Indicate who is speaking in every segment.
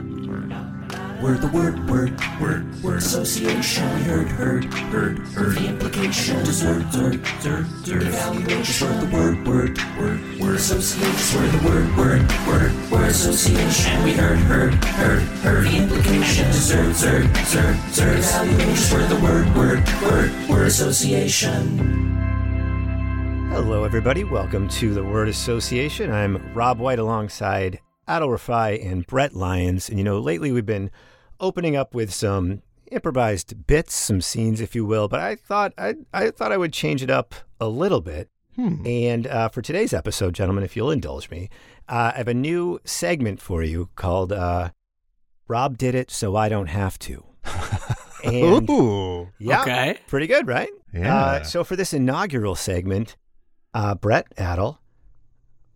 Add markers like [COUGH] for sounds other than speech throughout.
Speaker 1: We're the word, word, word, word association. We heard, heard, heard, heard. The implication, dessert, dessert, dessert, dessert. Evaluation. We're the word, word, word, word association. We're the word, word, word, word association. We heard, heard, heard, heard. The implication, dessert, dessert, dessert, dessert. Evaluation. We're the word, word, word, word association.
Speaker 2: Hello, everybody. Welcome to the Word Association. I'm Rob White alongside Adil Rafai and Brett Lyons. And you know, lately we've been opening up with some improvised bits, some scenes, if you will. But I thought I, I thought I would change it up a little bit. And uh, for today's episode, gentlemen, if you'll indulge me, uh, I have a new segment for you called uh, "Rob Did It, So I Don't Have to." and
Speaker 3: Ooh.
Speaker 2: yeah,
Speaker 4: Okay.
Speaker 2: pretty good, right?
Speaker 3: Yeah.
Speaker 2: Uh, so for this inaugural segment, uh, Brett Adel,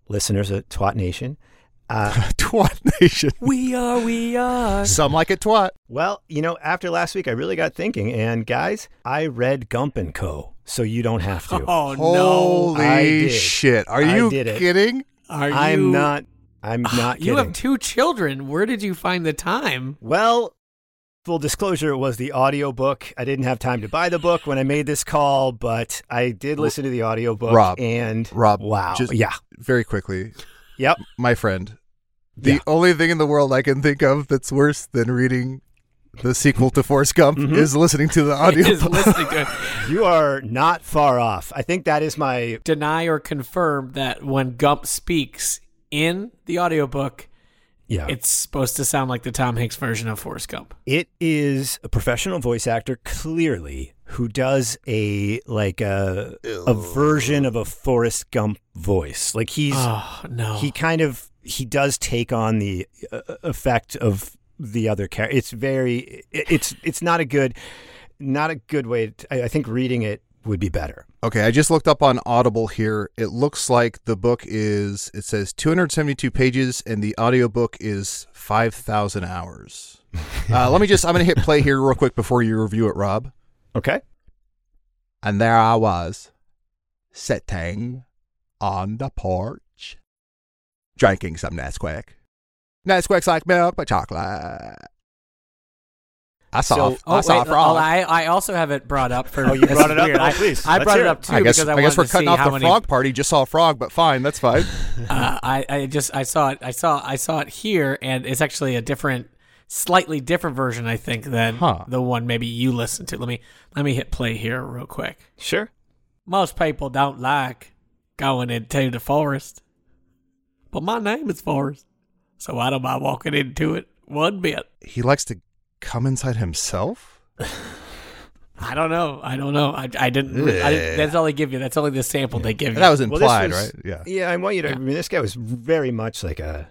Speaker 2: listeners of Twat Nation,
Speaker 3: [LAUGHS]
Speaker 2: uh,
Speaker 3: [LAUGHS] twat nation.
Speaker 4: We are, we are.
Speaker 3: Some like it twat.
Speaker 2: Well, you know, after last week, I really got thinking, and guys, I read Gump and Co. So you don't have
Speaker 4: [LAUGHS]
Speaker 2: to.
Speaker 4: Oh no!
Speaker 3: Holy
Speaker 2: I did.
Speaker 3: shit. Are
Speaker 2: I
Speaker 3: you
Speaker 2: did it.
Speaker 3: kidding?
Speaker 4: Are you?
Speaker 2: I'm not.
Speaker 4: [SIGHS]
Speaker 2: I'm not.
Speaker 4: You have
Speaker 2: kidding.
Speaker 4: two children. Where did you find the time?
Speaker 2: Well, full disclosure, it was the audiobook. I didn't have time to buy the book when I made this call, but I did listen to the audiobook.
Speaker 3: Rob,
Speaker 2: and
Speaker 3: Rob,
Speaker 2: wow,
Speaker 3: just-
Speaker 2: yeah,
Speaker 3: Very quickly,
Speaker 2: yep,
Speaker 3: my friend. The
Speaker 2: Yeah.
Speaker 3: only thing in the world I can think of that's worse than reading the sequel to Forrest Gump is listening to the audio.
Speaker 4: Is listening to it.
Speaker 2: you are not far off. I think that is my
Speaker 4: deny or confirm that when Gump speaks in the audiobook,
Speaker 2: yeah.
Speaker 4: it's supposed to sound like the Tom Hanks version of Forrest Gump.
Speaker 2: It is a professional voice actor, clearly, who does a like a a version of a Forrest Gump voice. Like he's
Speaker 4: Oh no!
Speaker 2: he kind of he does take on the uh, effect of the other character. It's very it- it's it's not a good not a good way. To, I, I think reading it would be better.
Speaker 3: Okay, I just looked up on Audible here. It looks like the book is it says 272 pages and the audiobook is 5,000 hours. Uh, let me just I'm going to hit play here real quick before you review it, Rob.
Speaker 2: Okay.
Speaker 3: And there I was, sitting on the porch, drinking some Nesquik. Nesquik's like milk but chocolate. I saw
Speaker 2: So-
Speaker 4: Oh,
Speaker 3: I saw
Speaker 4: wait,
Speaker 3: frog.
Speaker 4: well, I, I also have it brought up for.
Speaker 2: Oh, you
Speaker 4: this
Speaker 2: brought
Speaker 4: is
Speaker 2: it up?
Speaker 4: weird.
Speaker 2: Oh,
Speaker 4: I,
Speaker 2: please,
Speaker 4: I
Speaker 2: let's
Speaker 4: brought
Speaker 2: hear
Speaker 4: it
Speaker 2: it.
Speaker 4: up too
Speaker 3: I guess,
Speaker 4: because I,
Speaker 3: I guess we're
Speaker 4: wanted to
Speaker 3: cutting
Speaker 4: see
Speaker 3: off
Speaker 4: how
Speaker 3: the
Speaker 4: many,
Speaker 3: frog party. Just saw a frog, but fine, that's
Speaker 4: [LAUGHS]
Speaker 3: fine.
Speaker 4: Uh, I, I just I saw it I saw I saw it here and it's actually a different slightly different version I think than
Speaker 3: Huh.
Speaker 4: the one maybe you listened to. Let me let me hit play here real quick.
Speaker 2: Sure.
Speaker 4: Most people don't like going into the forest. But my name is Forest. So I don't mind walking into it one bit.
Speaker 3: he likes to come inside himself.
Speaker 4: I don't know. I don't know. I, I didn't. I didn't that's all they give you. That's only the sample they give you.
Speaker 3: That was
Speaker 2: Well, this
Speaker 3: implied,
Speaker 2: was-
Speaker 3: right? Yeah.
Speaker 2: Yeah, I want you to. I mean, this guy was very much like a.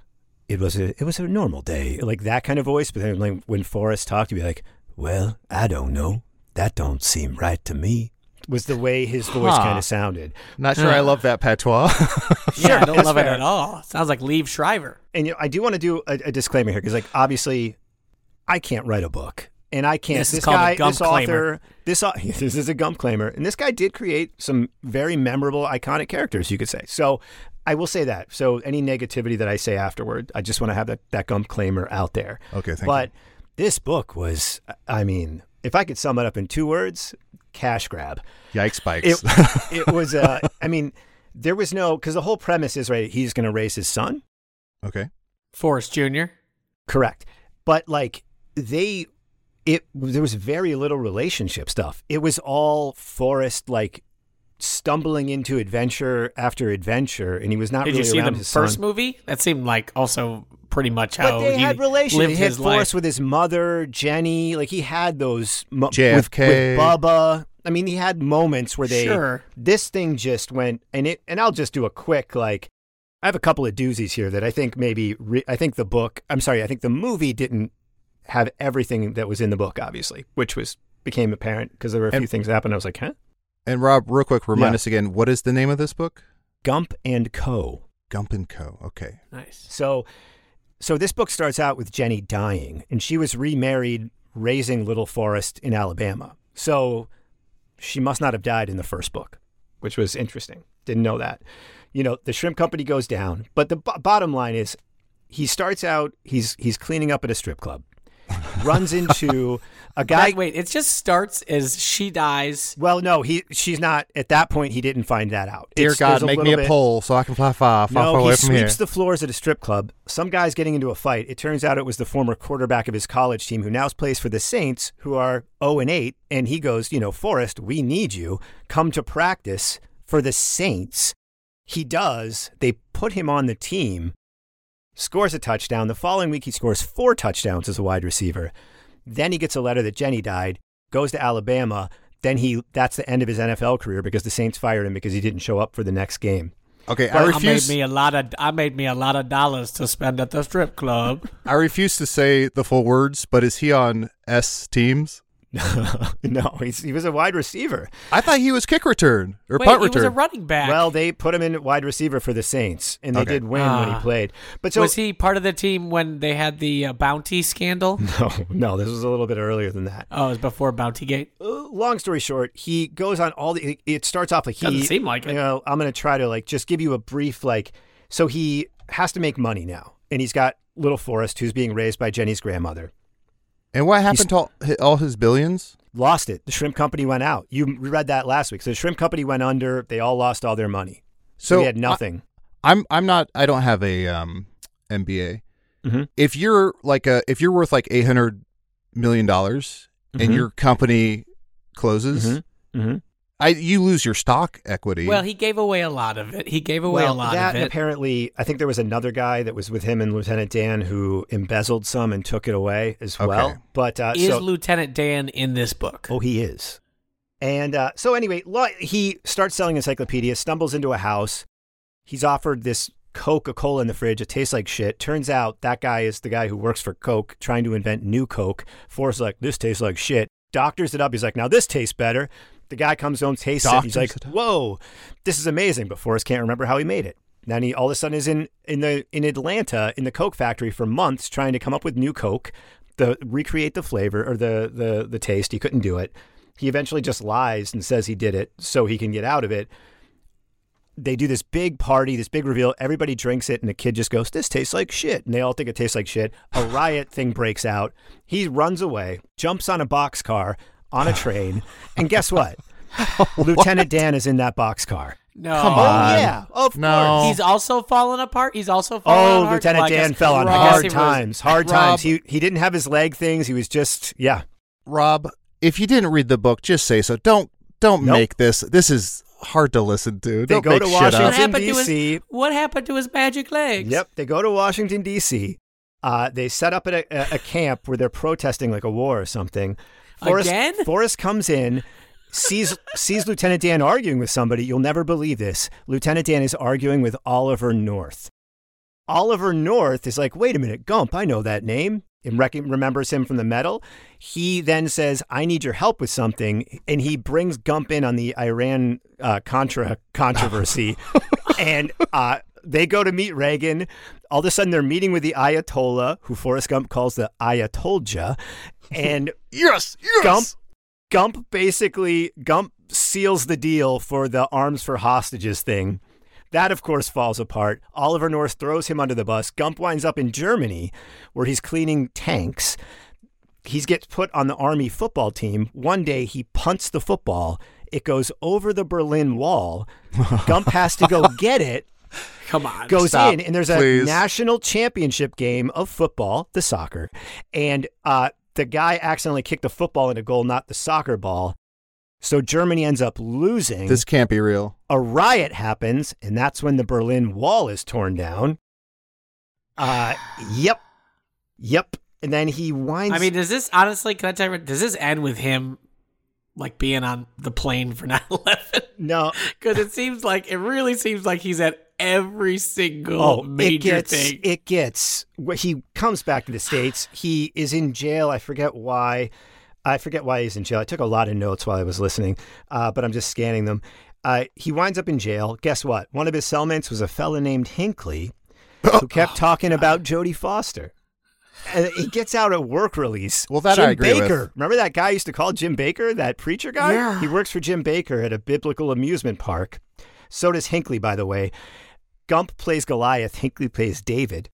Speaker 2: It was a. It was a normal day, like that kind of voice. But then, like when Forrest talked, he'd be like, "Well, I don't know. That don't seem right to me." Was the way his voice
Speaker 3: Huh.
Speaker 2: kind of sounded.
Speaker 3: Not sure I love that patois. [LAUGHS]
Speaker 4: yeah, I don't
Speaker 2: that's
Speaker 4: love it
Speaker 2: fair.
Speaker 4: at all. Sounds like Leave Shriver.
Speaker 2: and you know, I do want to do a, a disclaimer here because, like, obviously, I can't write a book, and I can't.
Speaker 4: This is called a
Speaker 2: guy,
Speaker 4: gump
Speaker 2: this
Speaker 4: claimer.
Speaker 2: author, this au- [LAUGHS] this is a gump claimer, and this guy did create some very memorable, iconic characters, you could say. So, I will say that. So, any negativity that I say afterward, I just want to have that that gump claimer out there.
Speaker 3: Okay, thank
Speaker 2: but this book was, I mean, if I could sum it up in two words, cash grab.
Speaker 3: Yikes, bikes.
Speaker 2: It, it was,
Speaker 4: [LAUGHS]
Speaker 2: uh, I mean, there was no, because the whole premise is, right, he's going to raise his son.
Speaker 3: [LAUGHS] okay.
Speaker 5: Forrest Jr.
Speaker 2: Correct. But like they it there was very little relationship stuff. It was all Forrest like stumbling into adventure after adventure and he was not
Speaker 5: Did
Speaker 2: really
Speaker 5: you see
Speaker 2: around
Speaker 5: the
Speaker 2: his
Speaker 5: first
Speaker 2: son.
Speaker 5: movie? That seemed like also pretty much how
Speaker 2: But they
Speaker 5: he
Speaker 2: had relations.
Speaker 5: lived
Speaker 2: He had
Speaker 5: his
Speaker 2: Forrest
Speaker 5: life.
Speaker 2: with his mother, Jenny. Like he had those mo- with-
Speaker 3: JFK.
Speaker 2: with, Bubba. I mean, he had moments where they
Speaker 5: Sure.
Speaker 2: this thing just went and it. And I'll just do a quick like. I have a couple of doozies here that I think maybe re- I think the book. I'm sorry, I think the movie didn't have everything that was in the book, obviously, which was became apparent because there were a
Speaker 3: And-
Speaker 2: few things that happened. I was like, huh,
Speaker 3: And Rob, real quick, remind
Speaker 2: Yeah.
Speaker 3: us again what is the name of this book?
Speaker 2: Gump and Co.
Speaker 3: Gump and Co. Okay.
Speaker 5: Nice.
Speaker 2: So, so this book starts out with Jenny dying, and she was remarried, raising little Forrest in Alabama. So, she must not have died in the first book, which was interesting. Didn't know that. You know, the shrimp company goes down, but the b- bottom line is, he starts out he's he's cleaning up at a strip club, runs
Speaker 3: [LAUGHS]
Speaker 2: into a guy.
Speaker 5: Like, wait, it just starts as she dies.
Speaker 2: Well, no, he she's not at that point. He didn't find that out.
Speaker 3: Dear
Speaker 2: It's- there's
Speaker 3: God, make me a
Speaker 2: little bit-
Speaker 3: pole so I can fly far, far, far
Speaker 2: No,
Speaker 3: away
Speaker 2: he
Speaker 3: from here.
Speaker 2: sweeps the floors at a strip club. Some guy's getting into a fight. It turns out it was the former quarterback of his college team who now plays for the Saints, who are 0 and 8. And he goes, You know, Forrest, we need you. Come to practice for the Saints. He does. They put him on the team, scores a touchdown. The following week, he scores four touchdowns as a wide receiver. Then he gets a letter that Jenny died, goes to Alabama. Then he, that's the end of his NFL career because the Saints fired him because he didn't show up for the next game.
Speaker 3: okay, I refuse.
Speaker 5: made me a lot of I made me a lot of dollars to spend at the strip
Speaker 2: [LAUGHS]
Speaker 5: club.
Speaker 3: I refuse to say the full words, but is he on S teams?
Speaker 2: [LAUGHS] no, he's, he was a wide receiver.
Speaker 3: I thought he was kick return or
Speaker 5: wait,
Speaker 3: punt
Speaker 5: he was a
Speaker 3: return.
Speaker 5: running back.
Speaker 2: Well, they put him in wide receiver for the Saints, and they
Speaker 3: Okay.
Speaker 2: did win when he
Speaker 5: Ah.
Speaker 2: played. But so
Speaker 5: was he part of the team when they had the uh, bounty scandal?
Speaker 2: [LAUGHS] no, no, this was a little bit earlier than that.
Speaker 5: Oh, it was before Bounty Gate.
Speaker 2: Uh, long story short, he goes on all the. It starts off like he
Speaker 5: Doesn't seem like it.
Speaker 2: You know, I'm going to try to like just give you a brief like. So he has to make money now, and he's got little Forrest, who's being raised by Jenny's grandmother.
Speaker 3: and what happened to all, hi- all his billions?
Speaker 2: Lost it. The shrimp company went out. You read that last week. So the shrimp company went under. They all lost all their money. So,
Speaker 3: So
Speaker 2: he had nothing.
Speaker 3: I, am I'm not. I don't have a um MBA.
Speaker 2: Mhm.
Speaker 3: If you're like a if you're worth like eight hundred million dollars and
Speaker 2: Mhm.
Speaker 3: your company closes,
Speaker 2: Mhm. Mm-hmm.
Speaker 3: I you lose your stock equity.
Speaker 5: Well, he gave away a lot of it. He gave away a
Speaker 2: well,
Speaker 5: lot
Speaker 2: that
Speaker 5: of
Speaker 2: and
Speaker 5: it.
Speaker 2: apparently, I think there was another guy that was with him and Lieutenant Dan who embezzled some and took it away as
Speaker 3: Okay.
Speaker 2: well. But uh,
Speaker 5: Is
Speaker 2: so,
Speaker 5: Lieutenant Dan in this book?
Speaker 2: oh, he is. And uh, so anyway, lo- he starts selling encyclopedias, stumbles into a house. He's offered this Coca Cola in the fridge. It tastes like shit. Turns out that guy is the guy who works for Coke, trying to invent new Coke. Forrest's like, this tastes like shit. Doctors it up. He's like, now this tastes better. The guy comes home, tastes it. He's
Speaker 3: Doctors
Speaker 2: like,
Speaker 3: it up.
Speaker 2: whoa, this is amazing. But Forrest can't remember how he made it. Then he all of a sudden is in, in the in Atlanta in the Coke factory for months trying to come up with new Coke, the recreate the flavor or the the the taste. He couldn't do it. He eventually just lies and says he did it so he can get out of it they do this big party, this big reveal. Everybody drinks it, and the kid just goes, "This tastes like shit," and they all think it tastes like shit.
Speaker 5: [LAUGHS]
Speaker 2: A riot thing breaks out. He runs away, jumps on a boxcar on a train, and
Speaker 5: [LAUGHS]
Speaker 2: guess what? Lieutenant Dan is in that boxcar.
Speaker 5: no.
Speaker 3: Come
Speaker 2: Oh
Speaker 3: on.
Speaker 2: yeah, of
Speaker 3: No.
Speaker 2: course.
Speaker 5: He's also fallen apart. He's also fallen
Speaker 2: Oh,
Speaker 5: apart.
Speaker 2: Lieutenant
Speaker 5: Well, I
Speaker 2: Dan
Speaker 5: guess-
Speaker 2: fell on
Speaker 5: I guess
Speaker 2: hard
Speaker 5: he was-
Speaker 2: times. Hard
Speaker 3: Rob-
Speaker 2: times. He he didn't have his leg things. He was just yeah.
Speaker 3: Rob, if you didn't read the book, just say so. Don't don't
Speaker 2: Nope.
Speaker 3: make this. This is hard to listen to.
Speaker 2: They
Speaker 3: don't
Speaker 2: go
Speaker 3: make
Speaker 2: to
Speaker 3: shit
Speaker 2: Washington.
Speaker 5: What
Speaker 3: up.
Speaker 5: happened to
Speaker 2: DC.
Speaker 5: his? What happened to his magic legs?
Speaker 2: Yep. They go to Washington, D.C. Uh, they set up at a, a, a camp where they're protesting like a war or something. Forrest,
Speaker 5: Again?
Speaker 2: Forrest comes in, sees, sees Lieutenant Dan arguing with somebody. You'll never believe this. Lieutenant Dan is arguing with Oliver North. Oliver North is like, wait a minute, Gump, I know that name, and rec- remembers him from the medal. He then says, I need your help with something, and he brings Gump in on the Iran uh, Contra controversy. and uh, they go to meet Reagan. All of a sudden, they're meeting with the Ayatollah, who Forrest Gump calls the Ayatollah. And
Speaker 3: Yes, yes.
Speaker 2: Gump, Gump basically Gump seals the deal for the arms for hostages thing. That of course falls apart. Oliver North throws him under the bus. Gump winds up in Germany, where he's cleaning tanks. he gets put on the army football team. One day he punts the football. It goes over the Berlin Wall. Gump has to go get it.
Speaker 5: Come on.
Speaker 2: Goes
Speaker 3: Stop,
Speaker 2: in, and there's a
Speaker 3: please.
Speaker 2: national championship game of football, the soccer, and uh, the guy accidentally kicked the football into goal, not the soccer ball. So Germany ends up losing.
Speaker 3: This can't be real.
Speaker 2: a riot happens, and that's when the Berlin Wall is torn down. Uh, yep, yep. And then he winds.
Speaker 5: I mean, does this honestly? Can I tell you? Does this end with him like being on the plane for [LAUGHS] 9-11?
Speaker 2: no,
Speaker 5: Because it seems like it really seems like he's at every single
Speaker 2: Oh,
Speaker 5: major
Speaker 2: it gets,
Speaker 5: thing.
Speaker 2: It gets. wh- He comes back to the states. He is in jail. I forget why. I forget why he's in jail. I took a lot of notes while I was listening, uh, but I'm just scanning them. Uh, he winds up in jail. Guess what? One of his cellmates was a fella named Hinckley,
Speaker 3: [LAUGHS]
Speaker 2: who kept talking about Jodie Foster. And he gets out at work release.
Speaker 3: Well, that
Speaker 2: Jim
Speaker 3: I agree with.
Speaker 2: Baker. Remember that guy I used to call Jim Baker, that preacher guy?
Speaker 5: Yeah.
Speaker 2: He works for Jim Baker at a biblical amusement park. So does Hinckley, by the way. Gump plays Goliath, Hinckley plays David.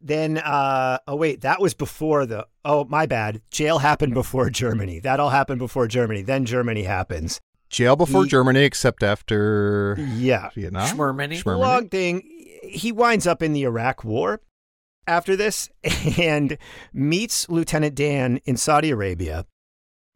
Speaker 2: Then, uh, oh, wait, that was before the, oh, my bad. Jail happened before Germany. That all happened before Germany. Then Germany happens.
Speaker 3: Jail before
Speaker 2: He-
Speaker 3: Germany, except after
Speaker 2: Yeah.
Speaker 3: Vietnam.
Speaker 5: Schmermany.
Speaker 3: Schmermany?
Speaker 2: Long thing. He winds up in the Iraq War after this [LAUGHS] and meets Lieutenant Dan in Saudi Arabia.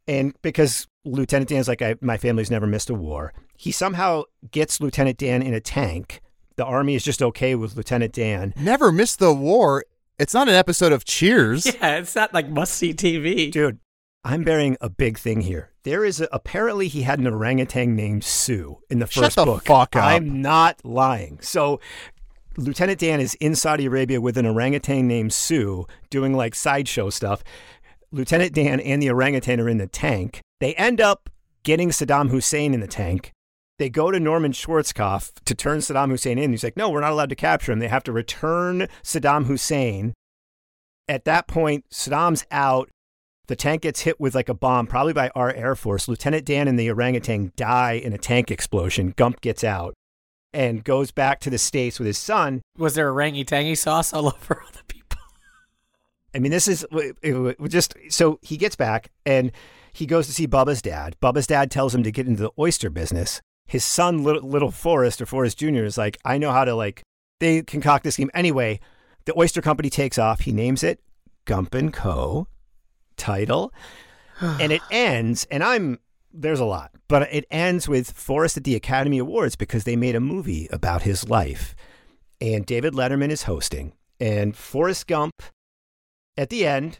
Speaker 2: And because Lieutenant Dan's like, I, my family's never missed a war, he somehow gets Lieutenant Dan in a tank. The army is just okay with Lieutenant Dan.
Speaker 3: Never miss the war. It's not an episode of Cheers.
Speaker 2: [LAUGHS]
Speaker 5: Yeah, it's not like must see TV.
Speaker 2: Dude, I'm bearing a big thing here. There is a, apparently he had an orangutan named Sue in the
Speaker 3: Shut
Speaker 2: first
Speaker 3: the
Speaker 2: book.
Speaker 3: fuck up.
Speaker 2: I'm not lying. So Lieutenant Dan is in Saudi Arabia with an orangutan named Sue doing like sideshow stuff. Lieutenant Dan and the orangutan are in the tank. They end up getting Saddam Hussein in the tank. They go to Norman Schwarzkopf to turn Saddam Hussein in. He's like, no, we're not allowed to capture him. They have to return Saddam Hussein. At that point, Saddam's out. The tank gets hit with like a bomb, probably by our Air Force. Lieutenant Dan and the orangutan die in a tank explosion. Gump gets out and goes back to the States with his son.
Speaker 5: Was there orangy tangy sauce all [LAUGHS] over other people?
Speaker 2: I mean, this is it- it- it just so he gets back and he goes to see Bubba's dad. Bubba's dad tells him to get into the oyster business. His son, little, little Forrest or Forrest Jr., is like, I know how to like, they concoct this scheme. Anyway, the oyster company takes off. He names it Gump and Co. title. and it ends, and I'm, there's a lot, but it ends with Forrest at the Academy Awards because they made a movie about his life. And David Letterman is hosting. And Forrest Gump at the end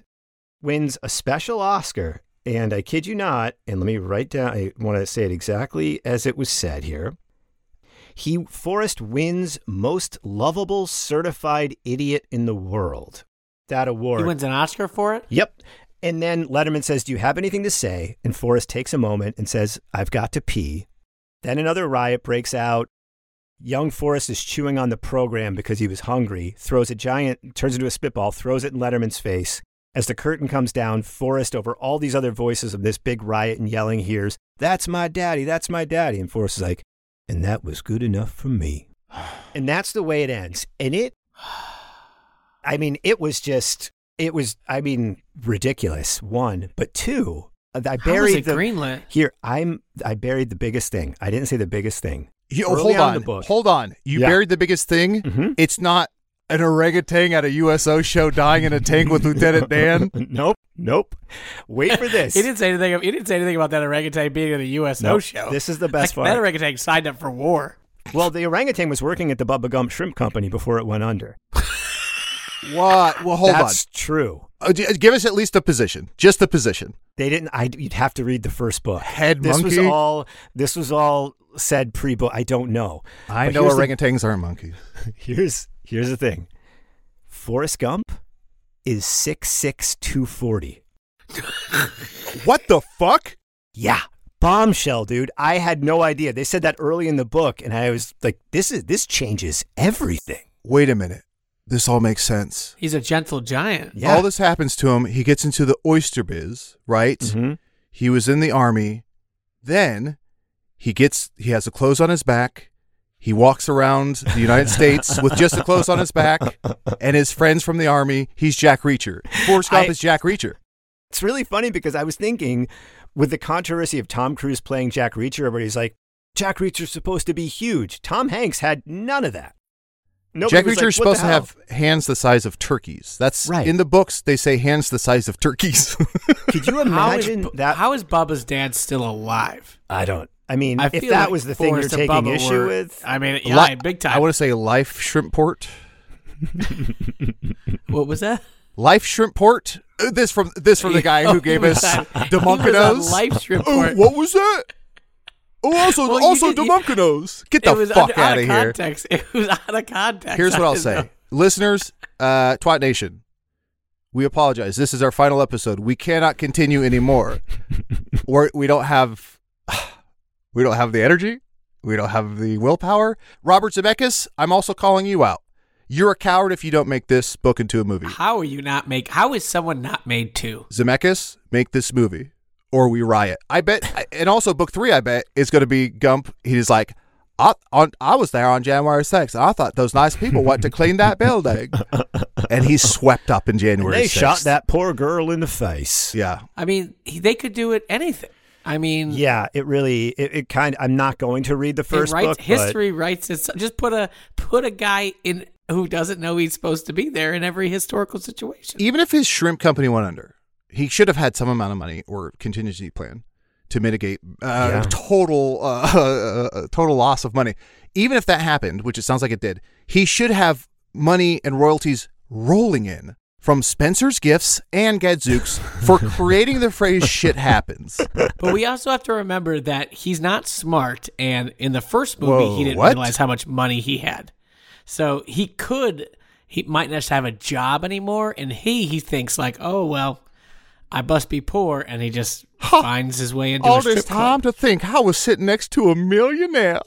Speaker 2: wins a special Oscar. And I kid you not, and let me write down, I want to say it exactly as it was said here. He, Forrest wins most lovable certified idiot in the world. That award.
Speaker 5: He wins an Oscar for it.
Speaker 2: Yep. And then Letterman says, Do you have anything to say? And Forrest takes a moment and says, I've got to pee. Then another riot breaks out. Young Forrest is chewing on the program because he was hungry, throws a giant, turns into a spitball, throws it in Letterman's face. As the curtain comes down, Forrest, over all these other voices of this big riot and yelling, hears, That's my daddy, that's my daddy. And Forrest is like, And that was good enough for me. [SIGHS] And that's the way it ends. And it [SIGHS] I mean, it was just, it was, I mean, ridiculous. One, but two, I
Speaker 5: How was
Speaker 2: buried
Speaker 5: it
Speaker 2: the
Speaker 5: greenlit?
Speaker 2: here. I'm, I buried the biggest thing. I didn't say the biggest thing.
Speaker 3: You,
Speaker 2: Early
Speaker 3: hold
Speaker 2: on in
Speaker 3: on.
Speaker 2: the book.
Speaker 3: Hold on. You
Speaker 2: Yeah.
Speaker 3: buried the biggest thing.
Speaker 5: Mm-hmm.
Speaker 2: Mhm.
Speaker 3: It's not an orangutan at a USO show dying in a tank with Lieutenant Dan.
Speaker 2: [LAUGHS] nope, nope. Wait
Speaker 5: [LAUGHS]
Speaker 2: for this.
Speaker 5: He didn't say anything. He didn't say anything about that orangutan being in the U.S. No
Speaker 2: Nope.
Speaker 5: show.
Speaker 2: This is the best
Speaker 5: like,
Speaker 2: part.
Speaker 5: That orangutan signed up for war.
Speaker 2: Well, the orangutan was working at the Bubba Gump Shrimp Company before it went under.
Speaker 3: What? Well, hold
Speaker 2: That's true.
Speaker 3: on. Uh, d- Give us at least a position. Just the position.
Speaker 2: They didn't. I. You'd have to read the first book.
Speaker 3: Head
Speaker 2: this was
Speaker 3: monkey?
Speaker 2: all. This was all said pre-book. I don't know.
Speaker 3: I
Speaker 2: But
Speaker 3: know
Speaker 2: here's the
Speaker 3: orangutans aren't monkeys.
Speaker 2: [LAUGHS] Here's here's the thing. Forrest Gump is six six two forty.
Speaker 3: [LAUGHS] What the fuck?
Speaker 2: Yeah. Bombshell, dude. I had no idea. They said that early in the book and I was like this is this changes everything.
Speaker 3: Wait a minute. This all makes sense.
Speaker 5: He's a gentle giant.
Speaker 2: Yeah.
Speaker 3: All this happens to him. He gets into the oyster biz, right?
Speaker 2: Mhm.
Speaker 3: He was in the army. Then he gets he has the clothes on his back. He walks around the United States with just the
Speaker 2: [LAUGHS]
Speaker 3: clothes on his back and his friends from the army. He's Jack Reacher. Forrest Gump
Speaker 2: I-
Speaker 3: is Jack Reacher.
Speaker 2: It's really funny because I was thinking with the controversy of Tom Cruise playing Jack Reacher, everybody's like, Jack Reacher's supposed to be huge. Tom Hanks had none of that. Nobody
Speaker 3: Jack
Speaker 2: was
Speaker 3: Reacher's
Speaker 2: like, "What the
Speaker 3: supposed to
Speaker 2: hell?"
Speaker 3: have hands the size of turkeys. That's
Speaker 2: Right.
Speaker 3: in the books. They say hands the size of turkeys. [LAUGHS]
Speaker 2: Could you imagine
Speaker 4: [LAUGHS] how is, Bu-
Speaker 2: that?
Speaker 4: How is Bubba's dad still alive?
Speaker 2: I don't. I mean,
Speaker 4: I
Speaker 2: if
Speaker 4: feel
Speaker 2: that
Speaker 4: like
Speaker 2: was the thing you're
Speaker 4: Forrest and
Speaker 2: taking
Speaker 4: Bubba
Speaker 2: issue
Speaker 4: were-
Speaker 2: with,
Speaker 4: I mean,
Speaker 3: Li-
Speaker 4: yeah, big time.
Speaker 3: I
Speaker 5: [LAUGHS]
Speaker 3: want to say life shrimp port.
Speaker 4: what was that?
Speaker 3: Life shrimp port. Uh, This from this from the guy
Speaker 4: [LAUGHS]
Speaker 3: who gave us Demunkinos.
Speaker 4: Life shrimp
Speaker 3: Oh,
Speaker 4: port.
Speaker 3: what was that?
Speaker 4: [LAUGHS]
Speaker 3: Oh, also
Speaker 4: Well, you
Speaker 3: also
Speaker 4: did- you-
Speaker 3: Demunkinos. Get
Speaker 4: It
Speaker 3: the
Speaker 4: was
Speaker 3: fuck
Speaker 4: under-
Speaker 3: out of
Speaker 4: Out
Speaker 3: here.
Speaker 4: of context. [LAUGHS] It was out of context.
Speaker 3: Here's
Speaker 4: [LAUGHS]
Speaker 3: what
Speaker 4: I
Speaker 3: I'll
Speaker 4: didn't
Speaker 3: say.
Speaker 4: know.
Speaker 3: Listeners, uh, Twat Nation, we apologize. This is our final episode. We cannot continue
Speaker 4: [LAUGHS]
Speaker 3: anymore. We're, we don't have [SIGHS] we don't have the energy. We don't have the willpower. Robert Zemeckis, I'm also calling you out. You're a coward if you don't make this book into a movie.
Speaker 4: How are you not make? How is someone not made two?
Speaker 3: Zemeckis, make this movie or we riot. I bet, and also book three, I bet, is going to be Gump. He's like, I, on, I was there on January 6th. And I thought those nice people went to clean
Speaker 2: [LAUGHS]
Speaker 3: that building. and he's swept up in January
Speaker 2: they
Speaker 3: 6th.
Speaker 2: shot that poor girl in the face.
Speaker 3: Yeah.
Speaker 4: I mean, he- they could do it anything. I mean,
Speaker 2: Yeah, it really, it, it kind I'm not going to read the
Speaker 4: it
Speaker 2: first
Speaker 4: writes,
Speaker 2: book. but-
Speaker 4: history writes it. Just put a put a guy in who doesn't know he's supposed to be there in every historical situation.
Speaker 3: Even if his shrimp company went under, he should have had some amount of money or contingency plan to mitigate uh,
Speaker 2: Yeah.
Speaker 3: total uh, [LAUGHS] total loss of money. Even if that happened, which it sounds like it did, he should have money and royalties rolling in from Spencer's Gifts and Gadzooks
Speaker 4: [LAUGHS]
Speaker 3: for creating the phrase "shit happens."
Speaker 4: But we also have to remember that he's not smart, and in the first movie,
Speaker 3: Whoa,
Speaker 4: he didn't
Speaker 3: what?
Speaker 4: realize how much money he had. So he could, he might not just have a job anymore, and he he thinks like, oh well, I must be poor, and he just
Speaker 3: Huh.
Speaker 4: finds his way into
Speaker 3: All
Speaker 4: a strip
Speaker 3: this
Speaker 4: club.
Speaker 3: time to think I was sitting next to a millionaire. [LAUGHS]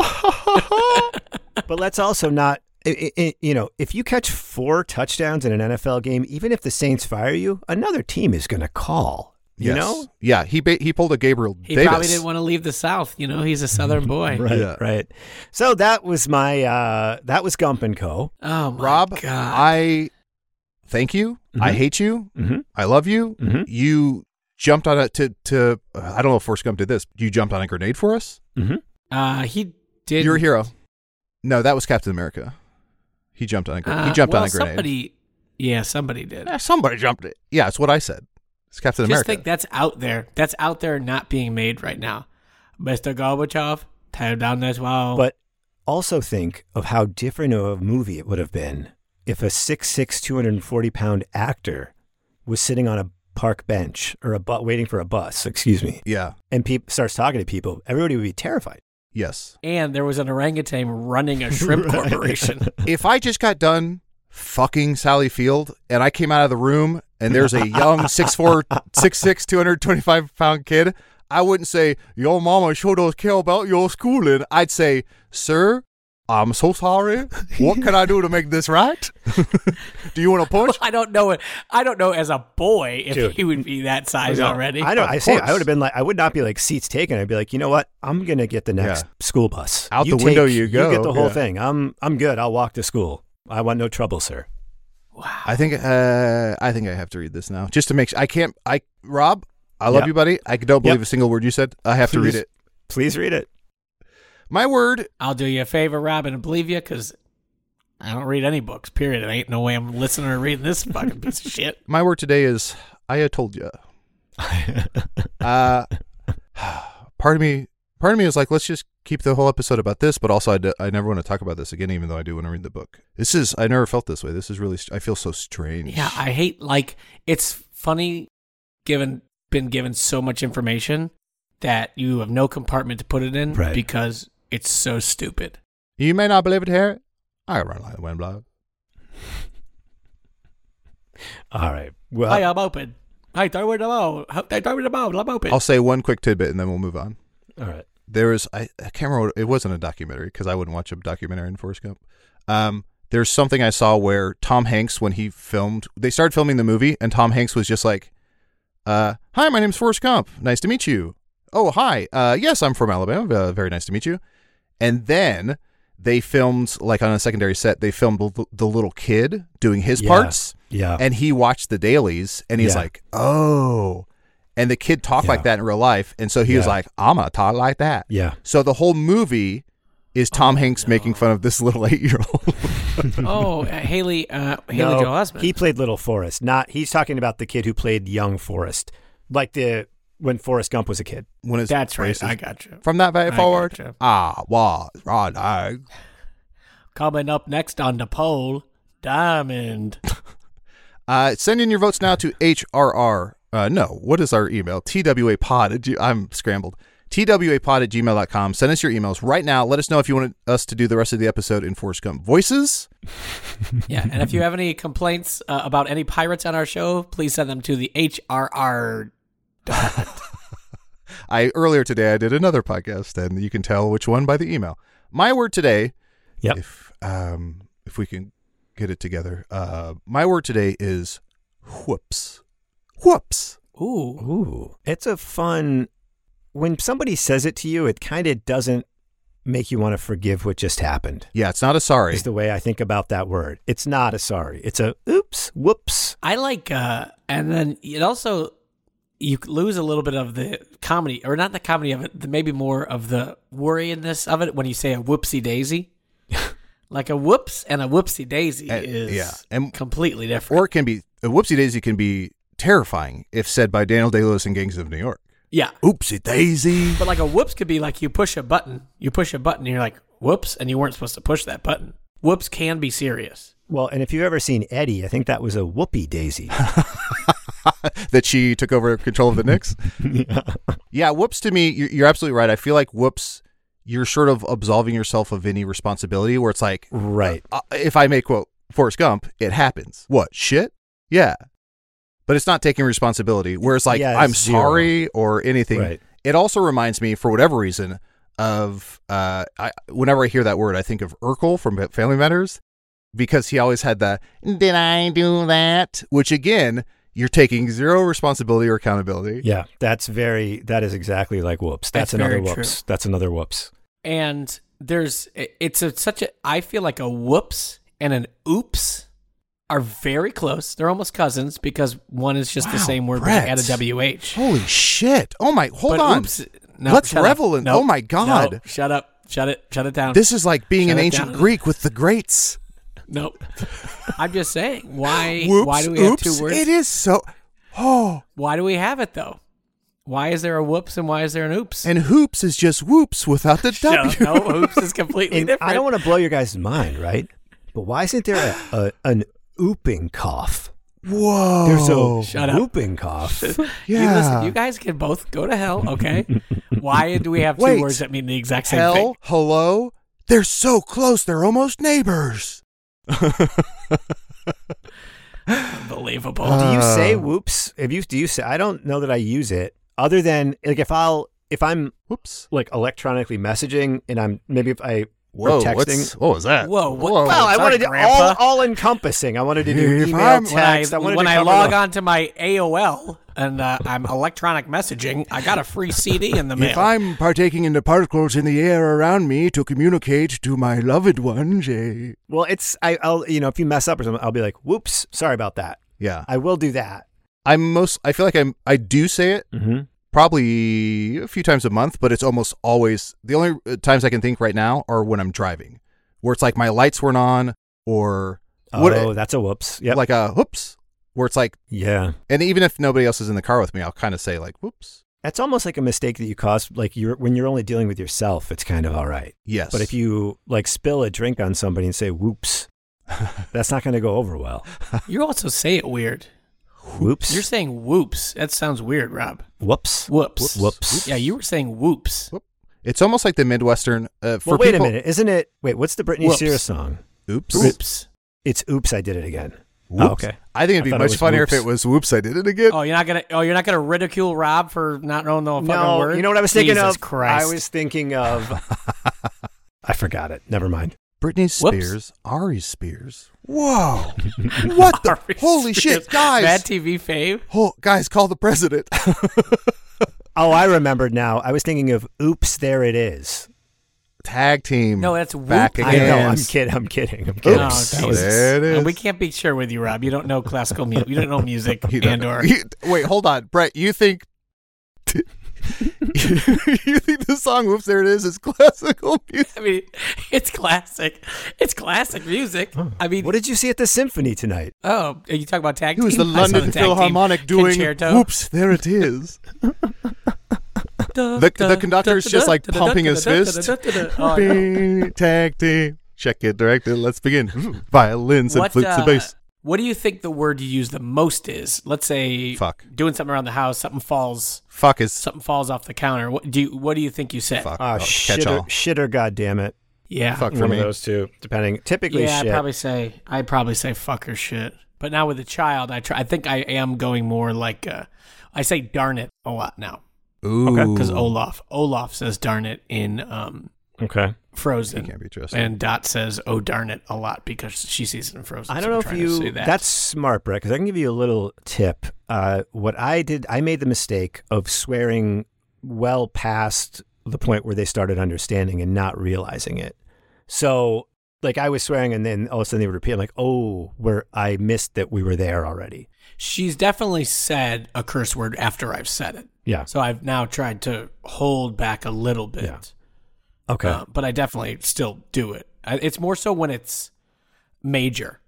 Speaker 2: But let's also not, i i i- you know, if you catch four touchdowns in an NFL game, even if the Saints fire you, another team is going to call. You
Speaker 3: Yes.
Speaker 2: know,
Speaker 3: yeah, he ba- he pulled a Gabriel
Speaker 4: He
Speaker 3: Davis.
Speaker 4: probably didn't want to leave the South. You know, he's a Southern
Speaker 3: [LAUGHS]
Speaker 4: boy.
Speaker 2: right,
Speaker 3: Yeah.
Speaker 2: right. So that was my, uh that was Gump and Co.
Speaker 4: Oh my
Speaker 3: Rob,
Speaker 4: God.
Speaker 3: I thank you. I
Speaker 2: Mhm.
Speaker 3: hate you.
Speaker 2: Mm-hmm.
Speaker 3: I love you.
Speaker 2: Mhm.
Speaker 3: You jumped on it to to. Uh, I don't know if Forrest Gump did this. You jumped on a grenade for us.
Speaker 2: Mm-hmm.
Speaker 4: uh, he did.
Speaker 3: You're a hero. No, that was Captain America. He jumped on a. grenade. he
Speaker 4: Uh,
Speaker 3: jumped
Speaker 4: well,
Speaker 3: on a grenade.
Speaker 4: Somebody, yeah, somebody did.
Speaker 3: Yeah, somebody jumped it. Yeah, it's what I said. It's Captain
Speaker 4: Just
Speaker 3: America.
Speaker 4: think that's out there. That's out there, not being made right now. Mister Gorbachev, tear down this
Speaker 3: Oh.
Speaker 4: wall.
Speaker 2: But also think of how different of a movie it would have been if a 6'6", 240 pound actor was sitting on a park bench or a bu- waiting for a bus, excuse me,
Speaker 3: yeah.
Speaker 2: and peop starts talking to people. Everybody would be terrified.
Speaker 3: Yes.
Speaker 4: and there was an orangutan running
Speaker 2: [LAUGHS]
Speaker 4: a shrimp [LAUGHS] corporation.
Speaker 3: if I just got done fucking Sally Field and I came out of the room and there's a young [LAUGHS] 6'4", 6'6", 225 pound kid, I wouldn't say, Yo, mama, should us care about your schooling. I'd say, Sir, I'm so sorry. What can I do to make this right? [LAUGHS] do you want to punch?
Speaker 4: I don't know. it. I don't know as a boy if
Speaker 2: Dude.
Speaker 4: he would be that size already.
Speaker 2: I know.
Speaker 3: uh, Of
Speaker 2: I say
Speaker 3: course.
Speaker 2: I would have been like, I would not be like seats taken. I'd be like, you know what? I'm gonna get the next
Speaker 3: Yeah.
Speaker 2: school bus.
Speaker 3: Out the window you go.
Speaker 2: You get the whole
Speaker 3: Yeah.
Speaker 2: thing. I'm I'm good. I'll walk to school. I want no trouble, sir.
Speaker 3: I think uh, I think I have to read this now just to make sure. I can't. I Rob, I love
Speaker 2: Yeah.
Speaker 3: you, buddy. I don't believe
Speaker 2: Yep.
Speaker 3: a single word you said. I have to read
Speaker 2: Please.
Speaker 3: it.
Speaker 2: Please read it.
Speaker 3: My word
Speaker 4: I'll do you a favor, Robin, and believe you because I don't read any books. Period. There ain't no way I'm listening or reading this fucking piece of shit.
Speaker 3: my word today is I told
Speaker 4: [LAUGHS]
Speaker 3: ya. uh, part of me, part of me is like, let's just keep the whole episode about this, but also I, d- I never want to talk about this again, even though I do want to read the book. This is I never felt this way. This is really st- I feel so strange.
Speaker 4: Yeah, I hate like it's funny given been given so much information that you have no compartment to put it in
Speaker 2: Right.
Speaker 4: because it's so stupid.
Speaker 3: you may not believe it, Harry. I run like one blood.
Speaker 2: All right. Well,
Speaker 4: Hi, I'm open. Hi, throw it about. Hi, throw it about. I'm open.
Speaker 3: I'll say one quick tidbit and then we'll move on.
Speaker 2: all right.
Speaker 3: There is I, I can't remember. What, it wasn't a documentary because I wouldn't watch a documentary in Forrest Gump. Um, there's something I saw where Tom Hanks when he filmed they started filming the movie and Tom Hanks was just like, uh, "Hi, my name's Forrest Gump. Nice to meet you." Oh, hi. Uh, yes, I'm from Alabama. Uh, very nice to meet you. And then they filmed like on a secondary set. They filmed the, the little kid doing his
Speaker 2: Yeah.
Speaker 3: parts,
Speaker 2: Yeah.
Speaker 3: and he watched the dailies, and he's
Speaker 2: Oh. Yeah.
Speaker 3: like, "Oh." And the kid talked
Speaker 2: Yeah.
Speaker 3: like that in real life. And so he was
Speaker 2: Yeah.
Speaker 3: like, I'm going to talk like that.
Speaker 2: Yeah.
Speaker 3: So the whole movie is
Speaker 5: Oh
Speaker 3: Tom Hanks making fun of this [LAUGHS] little eight year old.
Speaker 2: [LAUGHS]
Speaker 4: Oh, uh, Haley, uh, Haley
Speaker 2: No,
Speaker 4: Joel Osment.
Speaker 2: He played Little Forrest. Not he's talking about the kid who played young Forrest, like the when Forrest Gump was a kid.
Speaker 3: [LAUGHS] when it's
Speaker 5: That's right.
Speaker 3: racist.
Speaker 5: I got you.
Speaker 3: From that
Speaker 5: I
Speaker 3: day
Speaker 5: got
Speaker 3: forward,
Speaker 5: you.
Speaker 3: ah, was right. I-
Speaker 5: Coming up next on the poll,
Speaker 2: [LAUGHS]
Speaker 5: Diamond.
Speaker 3: Uh, send in your votes now to HRR. Uh, no, what is our email? TWAPod. At g- I'm scrambled. TWAPod at gmail.com. Send us your emails right now. Let us know if you want us to do the rest of the episode in Forrest Gump voices.
Speaker 4: yeah, and if you have any complaints uh, about any pirates on our show, please send them to the HRR.
Speaker 3: I Earlier today, I did another podcast, and you can tell which one by the email. My word today,
Speaker 2: Yep.
Speaker 3: if, um, if we can get it together, uh, my word today is whoops. Whoops.
Speaker 4: Ooh,
Speaker 2: Ooh, it's a fun. When somebody says it to you, it kind of doesn't make you want to forgive what just happened.
Speaker 3: Yeah, it's not a sorry.
Speaker 2: Is the way I think about that word. It's not a sorry. It's a oops, whoops.
Speaker 4: I like, uh, and then it also you lose a little bit of the comedy, or not the comedy of it, the- maybe more of the worryingness of it when you say a whoopsie
Speaker 3: [LAUGHS]
Speaker 4: daisy. like a whoops and a whoopsie daisy
Speaker 3: And-
Speaker 4: is
Speaker 3: yeah, and-
Speaker 4: completely different.
Speaker 3: or it can be a whoopsie daisy can be terrifying if said by Daniel Day Lewis and Gangs of New York.
Speaker 4: yeah,
Speaker 3: Oopsie daisy.
Speaker 4: but like a whoops could be like you push a button, you push a button, and you're like whoops, and you weren't supposed to push that button. Whoops can be serious.
Speaker 2: Well, and if you've ever seen Eddie, I think that was a whoopee
Speaker 4: [LAUGHS]
Speaker 2: daisy.
Speaker 3: [LAUGHS] that she took over control of the Knicks. yeah. whoops to me, you're, you're absolutely right. I feel like whoops, you're sort of absolving yourself of any responsibility where it's like,
Speaker 2: right.
Speaker 3: uh, if I make quote Forrest Gump, it happens. What, shit? Yeah. But it's not taking responsibility where it's like,
Speaker 2: Yeah, it's
Speaker 3: I'm
Speaker 2: zero.
Speaker 3: sorry or anything.
Speaker 2: Right.
Speaker 3: It also reminds me, for whatever reason, of uh, I, whenever I hear that word, I think of Urkel from Family Matters because he always had the "Did I do that?" Which again, you're taking zero responsibility or accountability.
Speaker 2: Yeah, that's very. That is exactly like whoops. That's,
Speaker 4: That's
Speaker 2: another
Speaker 4: very
Speaker 2: whoops. That's another whoops.
Speaker 4: and there's it- it's a, such a I feel like a whoops and an oops are very close. They're almost cousins because one is just the
Speaker 3: Wow,
Speaker 4: same word
Speaker 3: Brett.
Speaker 4: but add a wh.
Speaker 3: Holy shit! Oh my, hold
Speaker 4: But
Speaker 3: on.
Speaker 4: oops- no,
Speaker 3: Let's
Speaker 4: shut up.
Speaker 3: revel in-
Speaker 4: No,
Speaker 3: oh my
Speaker 4: no,
Speaker 3: God.
Speaker 4: shut up! Shut it! Shut it down!
Speaker 3: This is like being
Speaker 4: Shut
Speaker 3: an
Speaker 4: it
Speaker 3: ancient
Speaker 4: down.
Speaker 3: Greek with the greats.
Speaker 4: nope. I'm just saying why
Speaker 3: [GASPS] Whoops,
Speaker 4: why do we
Speaker 3: oops,
Speaker 4: have two words?
Speaker 3: It is so. Oh,
Speaker 4: Why do we have it though? Why is there a whoops and why is there an oops?
Speaker 3: and hoops is just whoops without the
Speaker 4: no,
Speaker 3: W.
Speaker 4: no,
Speaker 3: [LAUGHS]
Speaker 4: oops is completely
Speaker 2: And
Speaker 4: different.
Speaker 2: I don't want to blow your guys' mind, right? But why isn't there a, a, an ooping cough?
Speaker 3: Whoa.
Speaker 2: There's a
Speaker 4: Oh. Shut up.
Speaker 2: whooping
Speaker 4: [LAUGHS]
Speaker 2: cough.
Speaker 4: You
Speaker 3: Yeah.
Speaker 4: listen, you guys can both go to hell, okay? Why do we have two
Speaker 3: Wait.
Speaker 4: words that mean the exact same
Speaker 3: Hell,
Speaker 4: thing?
Speaker 3: hello. They're so close. They're almost neighbors.
Speaker 4: Unbelievable.
Speaker 3: Uh,
Speaker 2: do you say whoops? If you do you say I don't know that I use it other than like if I'll if I'm
Speaker 3: Whoops.
Speaker 2: like electronically messaging and I'm maybe if I
Speaker 3: Whoa.
Speaker 2: were texting
Speaker 3: what's- What was that?
Speaker 4: Whoa, what-
Speaker 3: Whoa.
Speaker 2: well, I
Speaker 4: Sorry,
Speaker 2: wanted to all,
Speaker 4: Grandpa.
Speaker 2: all encompassing. I wanted to do
Speaker 3: If
Speaker 2: email,
Speaker 3: I'm-
Speaker 2: text.
Speaker 3: when
Speaker 2: I
Speaker 4: I-
Speaker 2: wanted
Speaker 4: when
Speaker 2: to
Speaker 4: I
Speaker 2: cover
Speaker 4: log
Speaker 2: the-
Speaker 4: on to my AOL and uh, I'm electronic messaging, I got a free
Speaker 3: [LAUGHS]
Speaker 4: CD in the mail.
Speaker 3: If I'm partaking in the particles in the air around me to communicate to my loved one, Jay.
Speaker 2: Well, it's I, I'll you know if you mess up or something, I'll be like, "Whoops, sorry about that."
Speaker 3: Yeah,
Speaker 2: I will do that.
Speaker 3: I'm most. I feel like I'm. I do say it
Speaker 2: Mm-hmm.
Speaker 3: probably a few times a month, but it's almost always the only uh, times I can think right now are when I'm driving, where it's like my lights weren't on or
Speaker 2: Oh,
Speaker 3: what,
Speaker 2: that's a whoops. Yep.
Speaker 3: like a whoops, where it's like,
Speaker 2: yeah.
Speaker 3: and even if nobody else is in the car with me, I'll kind of say like whoops.
Speaker 2: That's almost like a mistake that you cause. Like you're when you're only dealing with yourself, it's kind of all right.
Speaker 3: Yes,
Speaker 2: But if you like spill a drink on somebody and say
Speaker 4: [LAUGHS]
Speaker 2: "whoops," that's not going to go over well.
Speaker 4: you also say it weird.
Speaker 2: Whoops.
Speaker 4: You're saying whoops. That sounds weird, Rob.
Speaker 2: whoops.
Speaker 4: Whoops.
Speaker 2: Wh- Whoops.
Speaker 4: Yeah, you were saying whoops.
Speaker 3: it's almost like the Midwestern uh, for
Speaker 2: well, wait
Speaker 3: people-
Speaker 2: a minute. Isn't it? Wait, what's the Britney
Speaker 4: Whoops.
Speaker 2: Spears song?
Speaker 3: Oops.
Speaker 4: Whoops.
Speaker 2: It's "Oops, I did it again." Oh,
Speaker 3: Whoops.
Speaker 2: okay.
Speaker 3: I think
Speaker 2: I
Speaker 3: it'd be
Speaker 2: thought it
Speaker 3: much
Speaker 2: was
Speaker 3: funnier if
Speaker 2: whoops.
Speaker 3: it was whoops. I did it again.
Speaker 4: Oh, you're not gonna. Oh, you're not gonna ridicule Rob for not knowing the Oh, fucking
Speaker 2: no,
Speaker 4: word.
Speaker 2: you know what I was thinking
Speaker 4: Jesus
Speaker 2: of.
Speaker 4: Christ.
Speaker 2: I was thinking
Speaker 4: [LAUGHS]
Speaker 2: of. I forgot it. Never mind.
Speaker 3: [LAUGHS] Britney
Speaker 4: Whoops.
Speaker 3: Spears, Ari Spears.
Speaker 2: [LAUGHS]
Speaker 3: Whoa! what the
Speaker 4: Ari
Speaker 3: [LAUGHS] holy
Speaker 4: Spears.
Speaker 3: shit, guys!
Speaker 4: Mad TV fave.
Speaker 3: oh, guys, call the president. [LAUGHS]
Speaker 2: Oh, I remembered now. I was thinking of "Oops, there it is."
Speaker 3: Tag team.
Speaker 4: No, that's
Speaker 3: back
Speaker 4: whoop.
Speaker 3: again.
Speaker 2: I know. I'm kidding. I'm kidding. I'm kidding.
Speaker 3: Oops.
Speaker 4: Oh,
Speaker 3: That was-
Speaker 4: Jesus.
Speaker 3: There it is.
Speaker 4: And we can't be
Speaker 3: [LAUGHS]
Speaker 4: sure with you, Rob. You don't know classical music. You don't know music
Speaker 3: You don't-
Speaker 4: and or
Speaker 3: you- wait, hold on, Brett. You think [LAUGHS] you think the song "Whoops, There It Is" is classical music?
Speaker 4: I mean, it's classic. It's classic music. I mean,
Speaker 2: What did you see at the symphony tonight?
Speaker 4: oh, are you talking about tag
Speaker 3: It was the
Speaker 4: team? I saw
Speaker 3: London
Speaker 4: tag team
Speaker 3: Philharmonic doing
Speaker 4: concerto. [LAUGHS]
Speaker 3: "Whoops, There It Is." The, the conductor's just like pumping his fist. [LAUGHS]
Speaker 4: Oh, no.
Speaker 3: Ding, Tag team. Check it, directed. Let's begin. [LAUGHS] Violins and flutes
Speaker 4: uh,
Speaker 3: and bass.
Speaker 4: What do you think the word you use the most is? Let's say
Speaker 3: Fuck.
Speaker 4: doing something around the house, something falls,
Speaker 3: Fuck is
Speaker 4: something falls off the counter. What do you what do you think you said?
Speaker 3: fuck.
Speaker 2: Ah,
Speaker 3: Oh, catch
Speaker 2: shitter,
Speaker 3: all.
Speaker 2: shitter, goddamn it!
Speaker 4: uh, Yeah.
Speaker 3: Fuck for
Speaker 2: One
Speaker 3: me.
Speaker 2: of those two, depending. Typically,
Speaker 4: Yeah,
Speaker 2: shit.
Speaker 4: I probably say I probably say fuck or shit. But now with a child, I try I think I am going more like uh I say darn it a lot now.
Speaker 3: Ooh.
Speaker 4: Because Olaf. Olaf says darn it in um
Speaker 2: okay.
Speaker 4: Frozen.
Speaker 3: can't be trusted.
Speaker 4: and Dot says, "Oh darn it!" a lot because she sees it in Frozen.
Speaker 2: I
Speaker 4: so
Speaker 2: don't
Speaker 4: we're
Speaker 2: know if
Speaker 4: trying to say
Speaker 2: you.
Speaker 4: that.
Speaker 2: That's smart, Brett, because I can give you a little tip. Uh, what I did, I made the mistake of swearing well past the point where they started understanding and not realizing it. So, like, I was swearing, and then all of a sudden they would repeat. I'm like, oh, where I missed that we were there already.
Speaker 4: she's definitely said a curse word after I've said it.
Speaker 2: Yeah.
Speaker 4: So I've now tried to hold back a little bit,
Speaker 2: Yeah. Okay.
Speaker 4: Uh, but I definitely still do it. I, it's more so when it's major.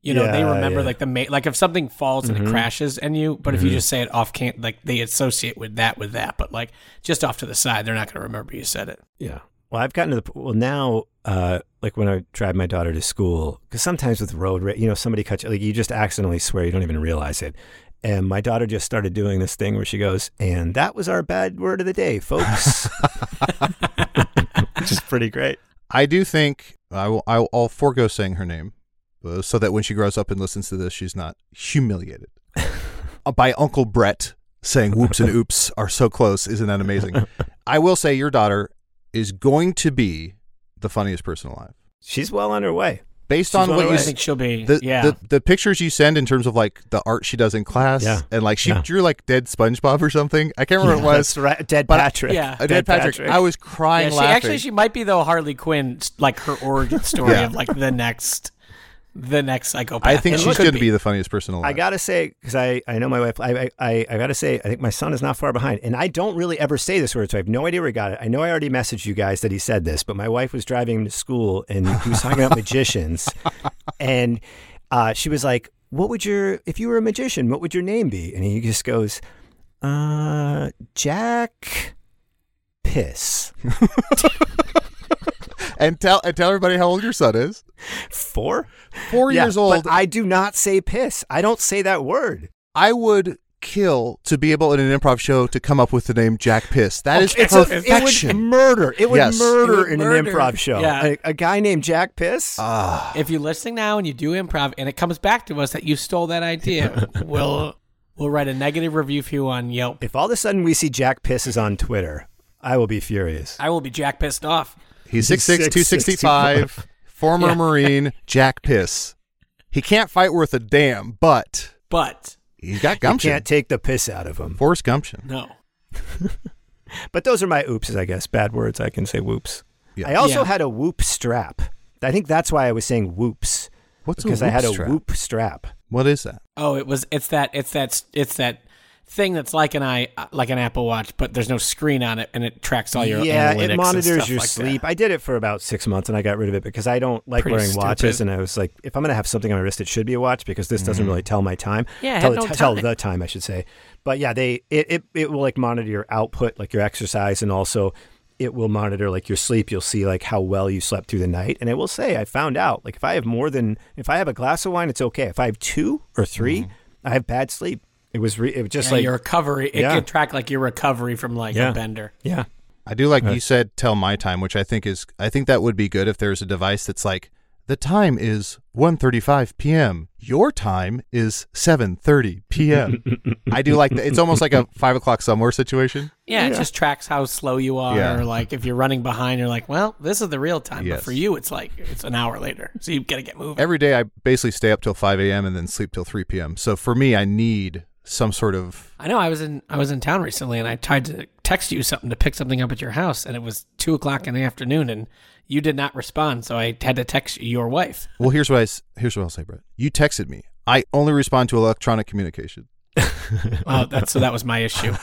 Speaker 4: You know, they
Speaker 2: Yeah,
Speaker 4: remember
Speaker 2: yeah.
Speaker 4: like the ma- like if something falls and it
Speaker 3: Mm-hmm.
Speaker 4: crashes and you, but if you just say it off, can't like they associate with that with that, but like just off to the side, they're not going to remember you said it.
Speaker 2: Yeah. Well, I've gotten to the p- well now. Uh, like when I drive my daughter to school, because sometimes with road, ra- you know, somebody cuts you, like you just accidentally swear, you don't even realize it. And my daughter just started doing this thing where she goes, "And that was our bad word of the day,
Speaker 3: [LAUGHS]
Speaker 2: folks," which is pretty great.
Speaker 3: I do think I will. I will, I'll forego saying her name, uh, so that when she grows up and listens to this, she's not
Speaker 2: [LAUGHS]
Speaker 3: humiliated Uh, by Uncle Brett saying "whoops" and "oops" are so close. Isn't
Speaker 2: [LAUGHS]
Speaker 3: that amazing? I will say your daughter is going to be the funniest person alive,
Speaker 2: She's well on her way.
Speaker 3: based
Speaker 2: She's
Speaker 3: on
Speaker 2: one of
Speaker 3: what you.
Speaker 4: I
Speaker 2: those-
Speaker 3: s-
Speaker 4: think she'll be
Speaker 3: The,
Speaker 4: yeah.
Speaker 3: the the pictures you send in terms of like the art she does in class
Speaker 2: Yeah.
Speaker 3: and like she
Speaker 2: Yeah.
Speaker 3: drew like dead SpongeBob or something I
Speaker 2: [LAUGHS]
Speaker 3: can't remember what it was
Speaker 2: That's right, Dead
Speaker 3: but I-
Speaker 2: Patrick.
Speaker 4: yeah.
Speaker 3: Uh, dead Patrick. I was crying
Speaker 4: Yeah, she,
Speaker 3: laughing
Speaker 4: actually, she might be though Harley Quinn, like her origin
Speaker 3: [LAUGHS]
Speaker 4: story
Speaker 3: Yeah.
Speaker 4: of like the next, the next psychopath.
Speaker 3: I think
Speaker 4: And
Speaker 3: she's
Speaker 4: could
Speaker 3: going to be the funniest person alive
Speaker 2: I gotta say, because I, I know my wife. I, I- I I gotta say, I think my son is not far behind, and I don't really ever say this word, so I have no idea where he got it. I know I already messaged you guys that he said this, but my wife was driving him to school, and he was talking
Speaker 3: [LAUGHS]
Speaker 2: about magicians, and uh, she was like, "What would your if you were a magician? What would your name be?" And he just goes, "Uh, Jack Piss."
Speaker 3: and tell and tell everybody how old your son is
Speaker 2: Four
Speaker 3: four
Speaker 2: Yeah,
Speaker 3: years old
Speaker 2: But I do not say piss. I don't say that word.
Speaker 3: I would kill to be able in an improv show to come up with the name Jack Piss. That is
Speaker 2: It's a- it would
Speaker 3: perfection.
Speaker 2: murder. It would
Speaker 3: Yes.
Speaker 2: murder
Speaker 4: It would
Speaker 2: in
Speaker 4: murder.
Speaker 2: an improv show.
Speaker 4: Yeah.
Speaker 2: A, a guy named Jack Piss.
Speaker 3: Ah,
Speaker 4: If you're listening now and you do improv and it comes back to us that you stole
Speaker 2: [LAUGHS]
Speaker 4: that idea, we'll we'll write a negative review for you on Yelp.
Speaker 2: if all of a sudden we see Jack Piss is on Twitter, I will be furious.
Speaker 4: I will be jack pissed off.
Speaker 3: he's six six two sixty five, former
Speaker 4: Yeah.
Speaker 3: Marine, Jack Piss. He can't fight worth a damn, but
Speaker 4: But
Speaker 3: he's got
Speaker 2: You
Speaker 3: gumption.
Speaker 2: can't take the piss out of him.
Speaker 3: Forrest Gumption.
Speaker 4: no,
Speaker 2: But those are my oopses, I guess. Bad words. I can say whoops.
Speaker 3: Yeah.
Speaker 2: I also
Speaker 4: Yeah.
Speaker 2: had a whoop strap. I think that's why I was saying whoops
Speaker 3: What's
Speaker 2: because
Speaker 3: a
Speaker 2: I had
Speaker 3: strap?
Speaker 2: a whoop strap.
Speaker 3: What is that?
Speaker 4: oh, it was it's that it's that it's that thing that's like an i like an Apple Watch, but there's no screen on it and it tracks all your
Speaker 2: yeah,
Speaker 4: analytics
Speaker 2: it
Speaker 4: and
Speaker 2: monitors
Speaker 4: stuff
Speaker 2: your
Speaker 4: like that.
Speaker 2: sleep. I did it for about six months and I got rid of it because I don't like
Speaker 4: Pretty
Speaker 2: wearing watches. And
Speaker 4: stupid.
Speaker 2: I was like, if I'm going to have something on my wrist, it should be a watch because this doesn't
Speaker 4: Mm-hmm.
Speaker 2: really tell my time.
Speaker 4: Yeah, it
Speaker 2: tell,
Speaker 4: had no
Speaker 2: t- tell
Speaker 4: time.
Speaker 2: the time, I should say. But yeah, they it, it it will like monitor your output, like your exercise, and also it will monitor like your sleep. You'll see like how well you slept through the night. And I will say, I found out like if I have more than if I have a glass of wine, it's okay. If I have two or 3 I have bad sleep. It was re- it was just
Speaker 4: Mm-hmm. Yeah,
Speaker 2: like
Speaker 4: your recovery. It
Speaker 2: Yeah.
Speaker 4: can track like your recovery from like
Speaker 2: Yeah.
Speaker 4: a bender.
Speaker 2: yeah.
Speaker 3: I do like
Speaker 2: Uh,
Speaker 3: you said. Tell my time, which I think is. I think that would be good if there's a device that's like the time is 1.35 p.m. Your time is 7.30 p.m. I do like that. It's almost like a five o'clock somewhere situation.
Speaker 4: Yeah, it just tracks how slow you are.
Speaker 3: Yeah.
Speaker 4: Or like if you're running behind, you're like, well, this is the real time.
Speaker 3: Yes.
Speaker 4: But for you, it's like it's an hour later, so you've got to get moving.
Speaker 3: Every day I basically stay up till 5 a.m. and then sleep till 3 p.m. So for me, I need some sort of.
Speaker 4: I know. I was in I was in town recently, and I tried to text you something to pick something up at your house, and it was two o'clock in the afternoon, and you did not respond. So I had to text your wife.
Speaker 3: Well, here's what I s- here's what I'll say, Brett. You texted me. I only respond to electronic communication.
Speaker 4: Uh,
Speaker 3: [LAUGHS]
Speaker 4: Oh, that's so that was my issue.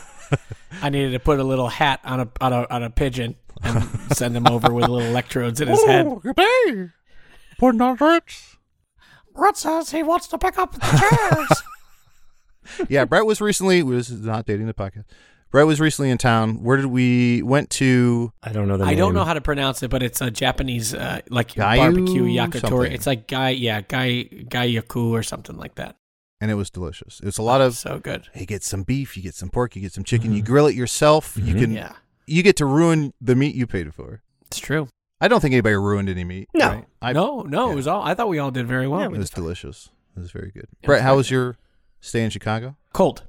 Speaker 4: I needed to put a little hat on a on a on a pigeon and send him over with little electrodes in his
Speaker 3: [LAUGHS]
Speaker 4: head.
Speaker 3: good day. Putting on shirts.
Speaker 5: Brett says he wants to pick up the chairs.
Speaker 3: [LAUGHS] yeah, Brett was recently was not dating the podcast. Brett was recently in town. Where did we went to?
Speaker 2: I don't know the
Speaker 4: I
Speaker 2: name.
Speaker 4: don't know how to pronounce it, but it's a Japanese uh, like
Speaker 3: Gayu
Speaker 4: barbecue yakitori.
Speaker 3: something.
Speaker 4: It's like guy, yeah, guy, gaiyaku or something like that.
Speaker 3: And it was delicious. It was a lot of
Speaker 4: So good.
Speaker 3: you get some beef, you get some pork, you get some chicken. You grill it yourself. You can
Speaker 4: Mm-hmm. Yeah,
Speaker 3: you get to ruin the meat you paid for.
Speaker 4: it's true.
Speaker 3: I don't think anybody ruined any meat.
Speaker 2: No.
Speaker 3: right? I,
Speaker 4: no, no,
Speaker 3: yeah.
Speaker 4: it was all. I thought we all did very well.
Speaker 3: it was delicious. It was very good.
Speaker 4: was
Speaker 3: Brett, how
Speaker 4: very
Speaker 3: was
Speaker 4: good.
Speaker 3: your stay in Chicago?
Speaker 4: cold.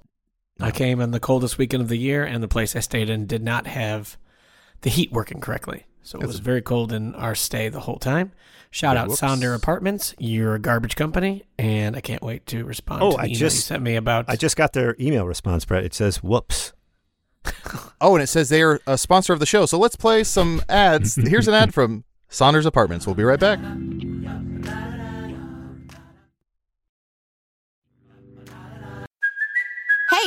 Speaker 3: Oh.
Speaker 4: I came in the coldest weekend of the year, and the place I stayed in did not have the heat working correctly. So it
Speaker 3: That's
Speaker 4: was
Speaker 3: a-
Speaker 4: very cold in our stay the whole time. Shout out
Speaker 3: Whoops.
Speaker 4: Sounder Apartments. You're a garbage company, and I can't wait to respond
Speaker 2: Oh,
Speaker 4: to the
Speaker 2: I
Speaker 4: email you
Speaker 2: just-
Speaker 4: sent me about.
Speaker 2: I just got their email response, Brett. It says, "Whoops."
Speaker 3: Oh, and it says they are a sponsor of the show. So let's play some ads. Here's an ad from Saunders Apartments. We'll be right back.
Speaker 6: Hey,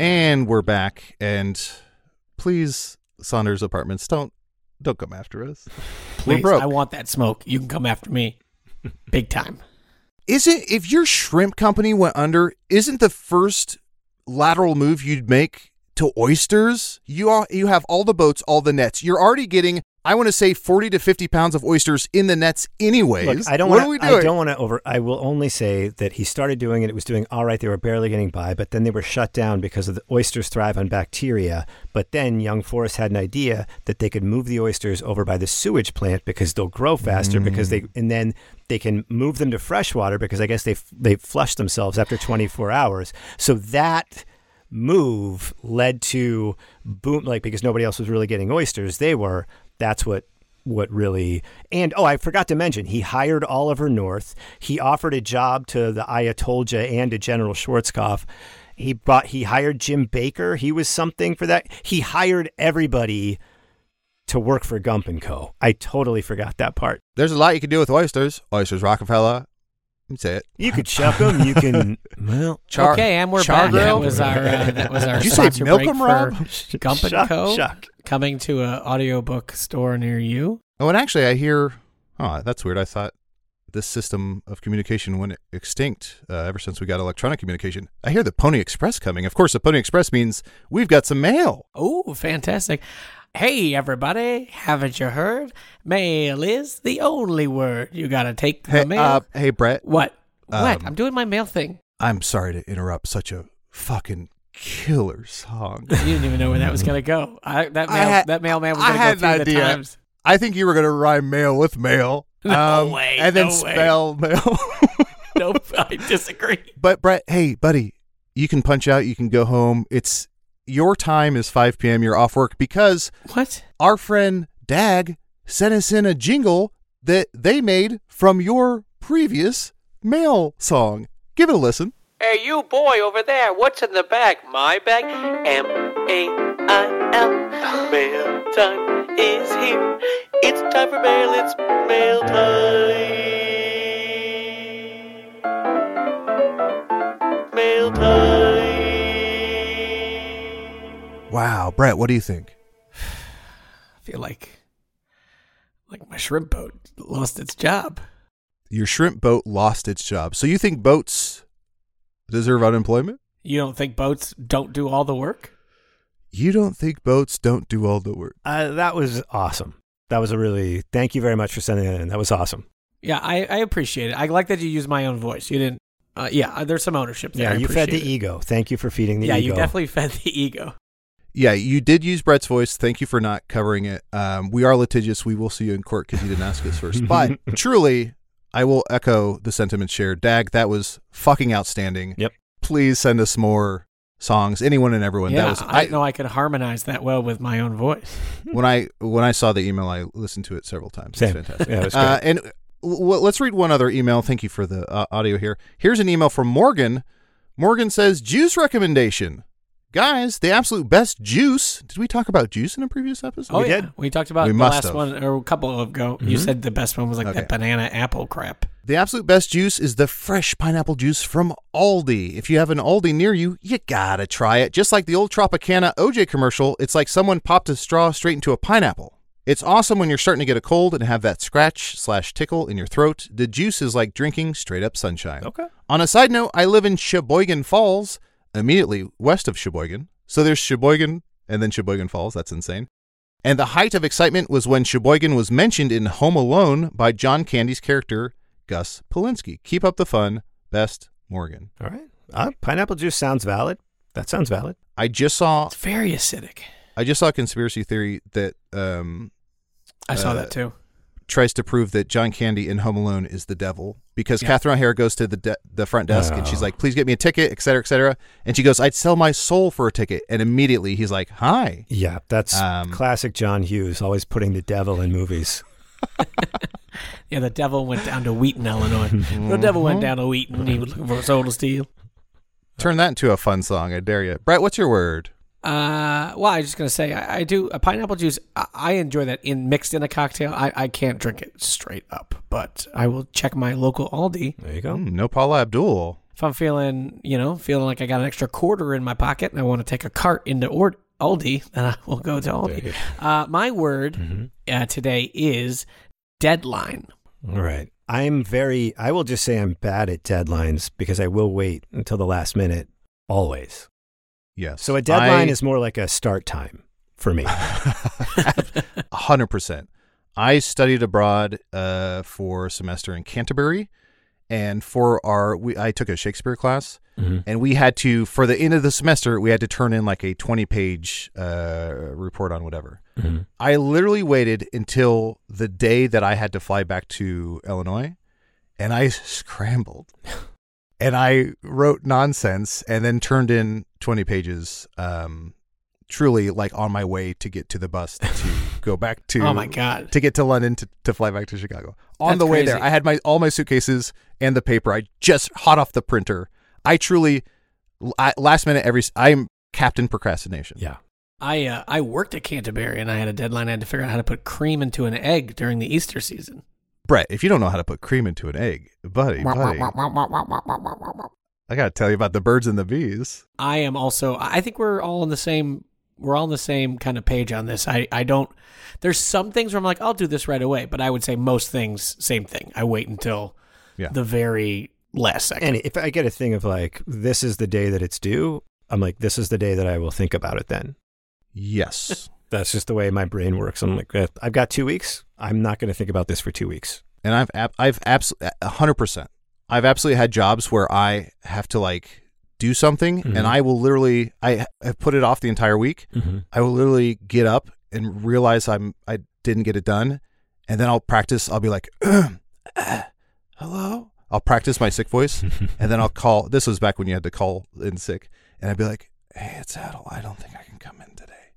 Speaker 3: And we're back. And please, Saunders Apartments, don't don't come after us.
Speaker 4: please,
Speaker 3: we're broke.
Speaker 4: I want that smoke. You can come after me, big time.
Speaker 3: Isn't if your shrimp company went under, isn't the first lateral move you'd make to oysters? You are you have all the boats, all the nets. You're already getting, I want to say, forty to fifty pounds of oysters in the nets, anyways.
Speaker 2: Look, I don't
Speaker 3: what
Speaker 2: want.
Speaker 3: are we doing?
Speaker 2: I don't want to over. I will only say that he started doing it. It was doing all right. They were barely getting by, but then they were shut down because of the oysters thrive on bacteria. But then young Forrest had an idea that they could move the oysters over by the sewage plant because they'll grow faster because they and then they can move them to freshwater because I guess they f- they flush themselves after 24 hours. So that move led to boom like because nobody else was really getting oysters they were that's what what really and oh i forgot to mention he hired oliver north he offered a job to the ayatollah and to general schwarzkopf he brought he hired jim baker he was something for that he hired everybody to work for gump and co i totally forgot that part
Speaker 3: There's a lot you can do with oysters. Oysters Rockefeller. That's it.
Speaker 2: you could chuck them you can
Speaker 4: [LAUGHS]
Speaker 2: [LAUGHS] well
Speaker 3: Char-
Speaker 4: okay, and we're
Speaker 3: char
Speaker 4: back. That
Speaker 3: grill?
Speaker 4: was our uh, that was our
Speaker 3: Did [LAUGHS] you say
Speaker 4: sponsor
Speaker 3: milk
Speaker 4: break
Speaker 3: 'em, [LAUGHS]
Speaker 4: for
Speaker 3: Rob?
Speaker 4: Gump and
Speaker 2: Chuck,
Speaker 4: Co.
Speaker 2: Chuck.
Speaker 4: Coming to an audiobook store near you.
Speaker 3: Oh, and actually, I hear. Oh, that's weird. I thought this system of communication went extinct uh, ever since we got electronic communication. I hear the Pony Express coming. Of course, the Pony Express means we've got some mail.
Speaker 4: Oh, fantastic. Hey, everybody. Haven't you heard? Mail is the only word. You got to take the
Speaker 3: Hey,
Speaker 4: mail.
Speaker 3: uh, hey, Brett.
Speaker 4: what? what?
Speaker 3: um,
Speaker 4: I'm doing my mail thing.
Speaker 3: I'm sorry to interrupt such a fucking killer song.
Speaker 4: You didn't even know where [LAUGHS] that was going to go. I, that,
Speaker 3: I
Speaker 4: mail,
Speaker 3: had-
Speaker 4: that mailman was
Speaker 3: I
Speaker 4: going to go
Speaker 3: had
Speaker 4: through
Speaker 3: an
Speaker 4: the
Speaker 3: idea.
Speaker 4: times.
Speaker 3: I think you were gonna rhyme mail with mail.
Speaker 4: [LAUGHS]
Speaker 3: Um,
Speaker 4: No way,
Speaker 3: And then
Speaker 4: no way.
Speaker 3: spell mail. [LAUGHS]
Speaker 4: Nope, [LAUGHS] I disagree.
Speaker 3: But Brett, hey, buddy, you can punch out. You can go home. It's your time is 5 p.m. You're off work because
Speaker 4: What?
Speaker 3: our friend Dag sent us in a jingle that they made from your previous mail song. Give it a listen.
Speaker 7: Hey, you boy over there, what's in the bag? My bag? M A I L. Mail time is here. It's time for mail, it's mail time. Mail time.
Speaker 3: Wow, Brett, what do you think?
Speaker 4: I feel like like my shrimp boat lost its job.
Speaker 3: Your shrimp boat lost its job. So you think boats deserve unemployment?
Speaker 4: You don't think boats don't do all the work?
Speaker 3: You don't think boats don't do all the work?
Speaker 2: uh, that was awesome that was a really thank you very much for sending that in that was awesome
Speaker 4: Yeah, I, I appreciate it. I like that you use my own voice. You didn't. Uh, yeah, there's some ownership there.
Speaker 2: Yeah,
Speaker 4: I
Speaker 2: you fed the
Speaker 4: appreciate it.
Speaker 2: ego. Thank you for feeding the
Speaker 4: yeah,
Speaker 2: ego.
Speaker 4: you definitely [LAUGHS] fed the ego.
Speaker 3: Yeah, you did use Brett's voice. Thank you for not covering it. Um, we are litigious. We will see you in court because you didn't ask us
Speaker 4: [LAUGHS]
Speaker 3: first. But truly, I will echo the sentiments shared. Dag, that was fucking outstanding.
Speaker 2: Yep.
Speaker 3: Please send us more. songs, anyone and everyone.
Speaker 4: yeah,
Speaker 3: that was
Speaker 4: I, didn't know I could harmonize that well with my own voice.
Speaker 3: [LAUGHS] when I when I saw the email, I listened to it several times.
Speaker 2: Same.
Speaker 3: It's fantastic.
Speaker 2: Yeah, it was great.
Speaker 3: uh, and w- w- let's read one other email. Thank you for the uh, audio here. Here's an email from Morgan. Morgan says, "Juice recommendation, guys. The absolute best juice. Did we talk about juice in a previous episode?
Speaker 4: Oh
Speaker 2: We
Speaker 4: yeah,
Speaker 2: did?
Speaker 4: we talked about
Speaker 3: We
Speaker 4: the
Speaker 3: must
Speaker 4: last
Speaker 3: have. Mm-hmm.
Speaker 4: one or a couple of ago. You
Speaker 2: Mhm.
Speaker 4: said the best one was like
Speaker 3: Okay.
Speaker 4: that banana apple crap.
Speaker 3: The absolute best juice is the fresh pineapple juice from Aldi. If you have an Aldi near you, you gotta try it. Just like the old Tropicana OJ commercial, it's like someone popped a straw straight into a pineapple. It's awesome when you're starting to get a cold and have that scratch slash tickle in your throat. The juice is like drinking straight up sunshine.
Speaker 2: Okay.
Speaker 3: On a side note, I live in Sheboygan Falls, immediately west of Sheboygan. So there's Sheboygan and then Sheboygan Falls. That's insane. And the height of excitement was when Sheboygan was mentioned in Home Alone by John Candy's character, Gus Polinski. Keep up the fun. Best, Morgan.
Speaker 2: All right. Uh, pineapple juice sounds valid. That sounds valid.
Speaker 3: I just saw
Speaker 4: It's very acidic.
Speaker 3: I just saw a conspiracy theory that um,
Speaker 4: I saw
Speaker 3: Uh,
Speaker 4: that too.
Speaker 3: tries to prove that John Candy in Home Alone is the devil because Catherine O'Hara goes to the de- the front desk and she's
Speaker 2: Oh.
Speaker 3: like, "Please get me a ticket, et cetera, et cetera." And she goes, "I'd sell my soul for a ticket." And immediately he's like, "Hi."
Speaker 2: Yeah, that's
Speaker 3: Um,
Speaker 2: classic John Hughes, always putting the devil in movies.
Speaker 4: Yeah, the devil went down to Wheaton, Illinois. the devil
Speaker 3: Mm-hmm.
Speaker 4: went down to Wheaton. He was looking for a soul to steal.
Speaker 3: Turn that into a fun song. I dare you, Brett. What's your word?
Speaker 4: Uh, well, I was just gonna say I, I do a pineapple juice. I, I enjoy that in mixed in a cocktail. I, I can't drink it straight up, but I will check my local Aldi
Speaker 2: There you go.
Speaker 3: Mm, no, Paula Abdul.
Speaker 4: if I'm feeling you know feeling like I got an extra quarter in my pocket and I want to take a cart into or- Aldi, [LAUGHS] then I will go to Aldi. Uh, my word
Speaker 2: Mm-hmm.
Speaker 4: uh, today is deadline.
Speaker 2: All right. I'm very, I will just say I'm bad at deadlines because I will wait until the last minute, always.
Speaker 3: Yes.
Speaker 2: So a deadline
Speaker 3: I-
Speaker 2: is more like a start time for me.
Speaker 3: [LAUGHS] A hundred percent. I studied abroad uh, for a semester in Canterbury, and for our we, I took a Shakespeare class,
Speaker 4: Mm-hmm.
Speaker 2: Mhm.
Speaker 3: and we had to for the end of the semester we had to turn in like a twenty-page uh, report on whatever.
Speaker 4: Mm-hmm.
Speaker 2: Mhm.
Speaker 3: I literally waited until the day that I had to fly back to Illinois, and I
Speaker 4: [LAUGHS]
Speaker 3: scrambled, and I wrote nonsense, and then turned in twenty pages. Um, truly, like on my way to get to the bus
Speaker 4: [LAUGHS]
Speaker 3: to go back to
Speaker 4: Oh my god!
Speaker 3: to get to London to, to fly back to Chicago. On
Speaker 4: That's
Speaker 3: the way
Speaker 4: crazy.
Speaker 3: there, I had my all my suitcases and the paper. I just hot off the printer. I truly I, last minute every s- I'm Captain Procrastination.
Speaker 2: Yeah.
Speaker 4: I uh, I worked at Canterbury and I had a deadline. I had to figure out how to put cream into an egg during the Easter season.
Speaker 3: Brett, if you don't know how to put cream into an egg, buddy, buddy, I gotta tell you about the birds and the bees.
Speaker 4: I am also. I think we're all on the same. We're all on the same kind of page on this. I I don't. There's some things where I'm like, I'll do this right away, but I would say most things, same thing. I wait until
Speaker 3: Yeah.
Speaker 4: the very last second.
Speaker 2: And if I get a thing of like, this is the day that it's due, I'm like, this is the day that I will think about it then.
Speaker 3: Yes.
Speaker 2: That's just the way my brain works. I'm like, eh, I've got two weeks. I'm not going to think about this for two weeks.
Speaker 3: and I've ab- I've absolutely hundred percent. I've absolutely had jobs where I have to like do something,
Speaker 2: Mhm.
Speaker 4: Mm-hmm.
Speaker 3: and I will literally I have put it off the entire week,
Speaker 2: Mm-hmm.
Speaker 3: I will literally get up and realize I'm I didn't get it done, and then I'll practice. I'll be like, [CLEARS THROAT] "Uh, "Hello." I'll practice my sick voice, and then I'll call. This was back when you had to call in sick, and I'd be like, "Hey, it's Adel. I don't think I can come in today."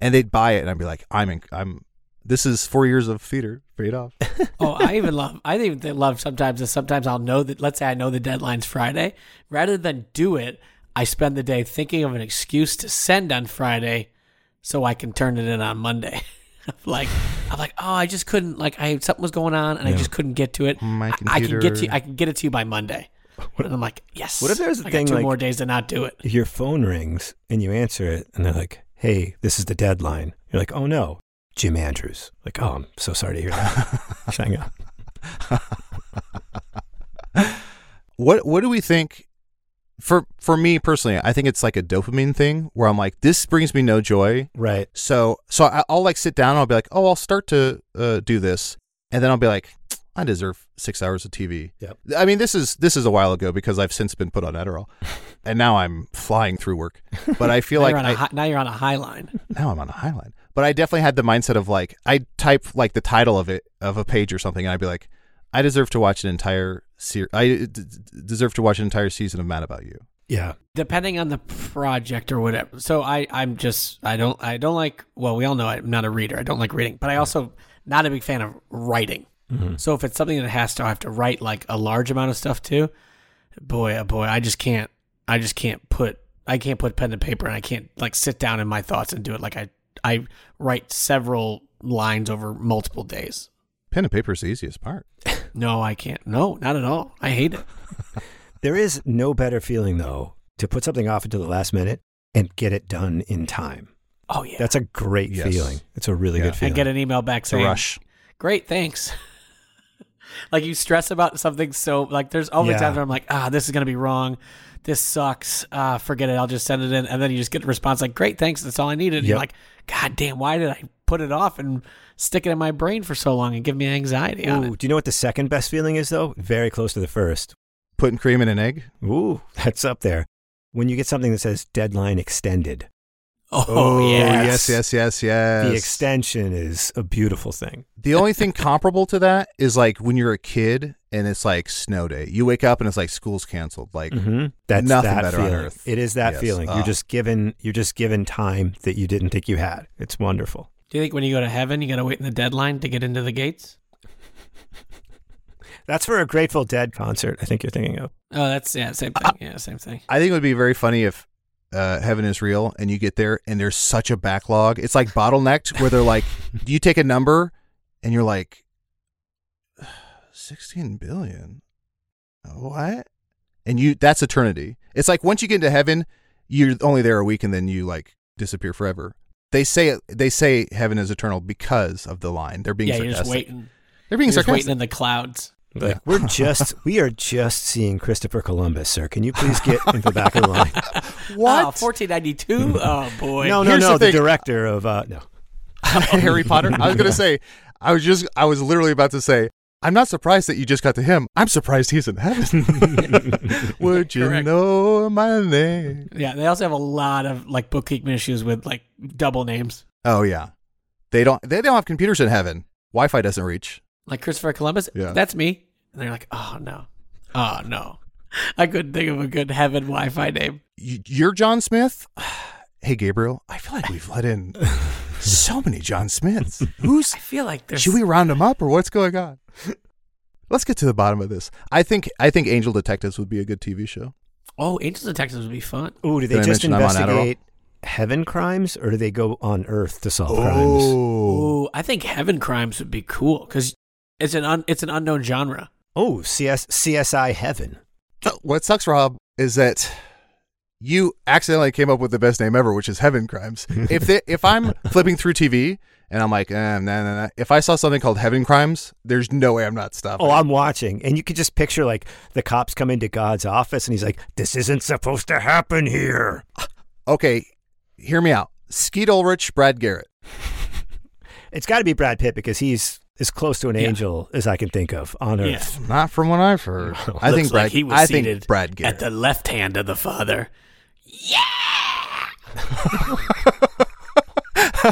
Speaker 3: And they'd buy it, and I'd be like, "I'm in. I'm. This is four years of theater paid off."
Speaker 4: oh, I even love. I even th- love sometimes. Is sometimes I'll know that. Let's say I know the deadline's Friday. Rather than do it, I spend the day thinking of an excuse to send on Friday, so I can turn it in on Monday. [LAUGHS] like I'm like, oh, I just couldn't. Like I something was going on, and I
Speaker 2: Yeah.
Speaker 4: just couldn't get to it.
Speaker 3: My
Speaker 4: I- I can get to.
Speaker 3: computer.
Speaker 4: I can get it to you
Speaker 2: [LAUGHS]
Speaker 4: by Monday. and I'm like, yes.
Speaker 2: What if there's a
Speaker 4: I got
Speaker 2: thing
Speaker 4: two
Speaker 2: like-
Speaker 4: more days to not do it?
Speaker 2: Your phone rings and you answer it, and they're like, hey, this is the deadline. You're like, oh no, Jim Andrews. Like, oh, I'm so sorry to hear that.
Speaker 3: [LAUGHS]
Speaker 2: Just Hang up.
Speaker 3: what What do we think? For for me personally, I think it's like a dopamine thing where I'm like, "This brings me no joy."
Speaker 2: Right.
Speaker 3: So so I- I'll like sit down and I'll be like, oh, I'll start to uh, do this, and then I'll be like, I deserve six hours of TV.
Speaker 2: Yep.
Speaker 3: I mean, this is this is a while ago because I've since been put on
Speaker 4: [LAUGHS]
Speaker 3: Adderall, and now I'm flying through work. But I feel
Speaker 4: Now
Speaker 3: like
Speaker 4: you're on a
Speaker 3: I-
Speaker 4: hi- now you're on a high line.
Speaker 3: now I'm on a high line. But I definitely had the mindset of like I type like the title of it of a page or something, and I'd be like, I deserve to watch an entire series. I d- d- deserve to watch an entire season of Mad About You.
Speaker 2: Yeah.
Speaker 4: depending on the project or whatever. So I, I'm just I don't I don't like well we all know I'm not a reader. I don't like reading, but I also not a big fan of writing.
Speaker 3: Mm-hmm.
Speaker 4: So if it's something that has to I have to write like a large amount of stuff too, boy oh boy I just can't I just can't put I can't put pen to paper and I can't like sit down in my thoughts and do it like I I write several lines over multiple days.
Speaker 3: Pen and paper is the easiest part.
Speaker 4: No, I can't. No, not at all. I hate it.
Speaker 2: There is no better feeling, though, to put something off until the last minute and get it done in time.
Speaker 4: Oh yeah.
Speaker 2: That's a great
Speaker 3: Yes.
Speaker 2: feeling. It's a really
Speaker 3: Yeah.
Speaker 2: good feeling.
Speaker 4: and get an email back
Speaker 3: It's a
Speaker 4: saying
Speaker 3: rush.
Speaker 4: great thanks [LAUGHS] like you stress about something so like there's always
Speaker 2: Yeah.
Speaker 4: times where i'm like ah this is gonna be wrong this sucks ah forget it i'll just send it in and then you just get a response like great thanks that's all i needed and you're
Speaker 2: Yep.
Speaker 4: like god damn why did i put it off and stick it in my brain for so long and give me anxiety on
Speaker 2: Ooh,
Speaker 4: it
Speaker 2: do you know what the second best feeling is, though? Very close to the first.
Speaker 3: Putting cream in an egg.
Speaker 2: Ooh, [LAUGHS] that's up there. When you get something that says deadline extended,
Speaker 4: oh,
Speaker 3: yes, yes, yes, yes.
Speaker 2: the extension is a beautiful thing.
Speaker 3: The only thing comparable to that is like when you're a kid and it's like snow day. You wake up and it's like school's canceled. Like
Speaker 2: Mm-hmm. That's
Speaker 3: Nothing
Speaker 2: that
Speaker 3: better on
Speaker 2: feeling.
Speaker 3: earth.
Speaker 2: It is that
Speaker 3: Yes.
Speaker 2: feeling.
Speaker 3: Ah.
Speaker 2: You're just given. You're just given time that you didn't think you had. It's wonderful.
Speaker 4: do you think when you go to heaven you gotta wait in the deadline to get into the gates
Speaker 2: That's for a Grateful Dead concert. I think you're thinking of.
Speaker 4: oh that's yeah same thing yeah same thing
Speaker 3: I think it would be very funny if uh, heaven is real and you get there and there's such a backlog. It's like bottlenecked where they're like, [LAUGHS] you take a number and you're like, [SIGHS] 16 billion. What? And you, that's eternity. It's like once you get into heaven, you're only there a week and then you like disappear forever. They say they say heaven is eternal because of the line. They're being
Speaker 4: yeah you're
Speaker 3: sarcastic.
Speaker 4: just waiting
Speaker 3: They're
Speaker 4: you're
Speaker 3: being
Speaker 4: just waiting
Speaker 3: sarcastic.
Speaker 4: in the clouds
Speaker 2: Like,
Speaker 3: [LAUGHS]
Speaker 2: we're just. We are just seeing Christopher Columbus, sir. Can you please get in the back of the
Speaker 3: [LAUGHS]
Speaker 2: line?
Speaker 4: what 1492 oh boy
Speaker 2: [LAUGHS] no, no,
Speaker 3: here's
Speaker 2: no.
Speaker 3: the
Speaker 2: The,
Speaker 3: thing.
Speaker 2: director of. Uh, no.
Speaker 3: [LAUGHS] Harry Potter. I was gonna say, I was just, I was literally about to say, I'm not surprised that you just got to him. I'm surprised he's in [LAUGHS] heaven. Would you
Speaker 4: Correct.
Speaker 3: know my name?
Speaker 4: Yeah, they also have a lot of like bookkeeping issues with like double names.
Speaker 3: Oh yeah, they don't, they don't have computers in heaven. Wi-Fi doesn't reach.
Speaker 4: Like Christopher Columbus,
Speaker 3: Yeah.
Speaker 4: that's me. And they're like, oh no, oh no, I couldn't think of a good heaven Wi-Fi name.
Speaker 3: Y- You're John Smith. [SIGHS] Hey Gabriel, I feel like we've let
Speaker 4: [LAUGHS]
Speaker 3: in so many John Smiths. Who's
Speaker 4: I feel like there's
Speaker 3: Should we round them up or what's going on? Let's get to the bottom of this. I think I think Angel Detectives would be a good TV show.
Speaker 4: oh, Angels and Texans would be fun.
Speaker 2: Ooh, do they
Speaker 3: Did I
Speaker 2: just
Speaker 3: mention I'm on Adderall?
Speaker 2: investigate heaven crimes, or do they go on Earth to solve crimes?
Speaker 3: Oh.
Speaker 4: Ooh, I think heaven crimes would be cool because it's an un- it's an unknown genre.
Speaker 2: Oh, CS, CSI Heaven.
Speaker 3: What sucks, Rob, is that you accidentally came up with the best name ever, which is Heaven [LAUGHS] Crimes. If they, if I'm flipping through TV and I'm like, eh, nah, nah, nah. if I saw something called Heaven Crimes, there's no way I'm not stopping.
Speaker 2: Oh, I'm watching, and you could just picture like the cops come into God's office, and he's like, "This isn't supposed to happen here."
Speaker 3: okay, hear me out. Skeet Ulrich, Brad Garrett.
Speaker 2: It's got to be Brad Pitt because he's as close to an
Speaker 4: Yeah.
Speaker 2: angel as I can think of on
Speaker 4: Yeah.
Speaker 2: Earth.
Speaker 3: Not from what I've heard. I
Speaker 4: [LAUGHS] Looks
Speaker 3: think Brad.
Speaker 4: like he was
Speaker 3: I
Speaker 4: seated
Speaker 3: think Brad Garrett.
Speaker 4: at the left hand of the Father.
Speaker 3: [LAUGHS]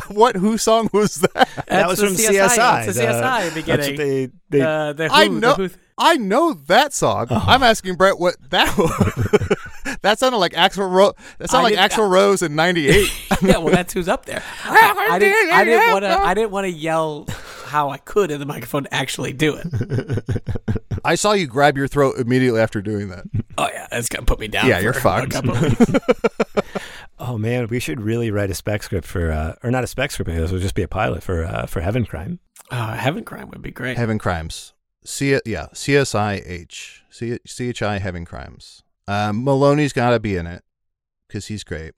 Speaker 3: what? Who song was that?
Speaker 2: That was
Speaker 4: the
Speaker 2: from CSI.
Speaker 4: CSI, It's the
Speaker 2: the-
Speaker 4: CSI
Speaker 2: That's
Speaker 4: beginning.
Speaker 2: what they, they,
Speaker 4: Uh, the
Speaker 3: I
Speaker 4: Who- the
Speaker 3: know. Oh.
Speaker 4: Who-
Speaker 3: I know that song. I'm asking Brett what that [LAUGHS] was. [LAUGHS] that sounded like Axel Rose. That sounded
Speaker 4: I
Speaker 3: like
Speaker 4: did-
Speaker 3: Axel Rose in [LAUGHS] '98.
Speaker 4: [LAUGHS] yeah, well, that's who's up
Speaker 3: [LAUGHS]
Speaker 4: there. I, I didn't, I didn't want to. I didn't want to yell how I could in the microphone to actually do
Speaker 3: [LAUGHS]
Speaker 4: it.
Speaker 3: I saw you grab your throat immediately after doing that.
Speaker 4: Oh yeah, that's gonna put me down.
Speaker 3: Yeah, you're
Speaker 4: for a
Speaker 3: fucked.
Speaker 4: couple
Speaker 3: [LAUGHS]
Speaker 4: of weeks.
Speaker 2: oh man, we should really write a spec script for, uh, or not a spec script. This would just be a pilot for uh, for Heaven Crime.
Speaker 4: oh, Heaven Crime would be great.
Speaker 3: Heaven Crimes. C yeah, CSIH. C- CHI Heaven Crimes. Um, Maloney's got to be in it because he's great.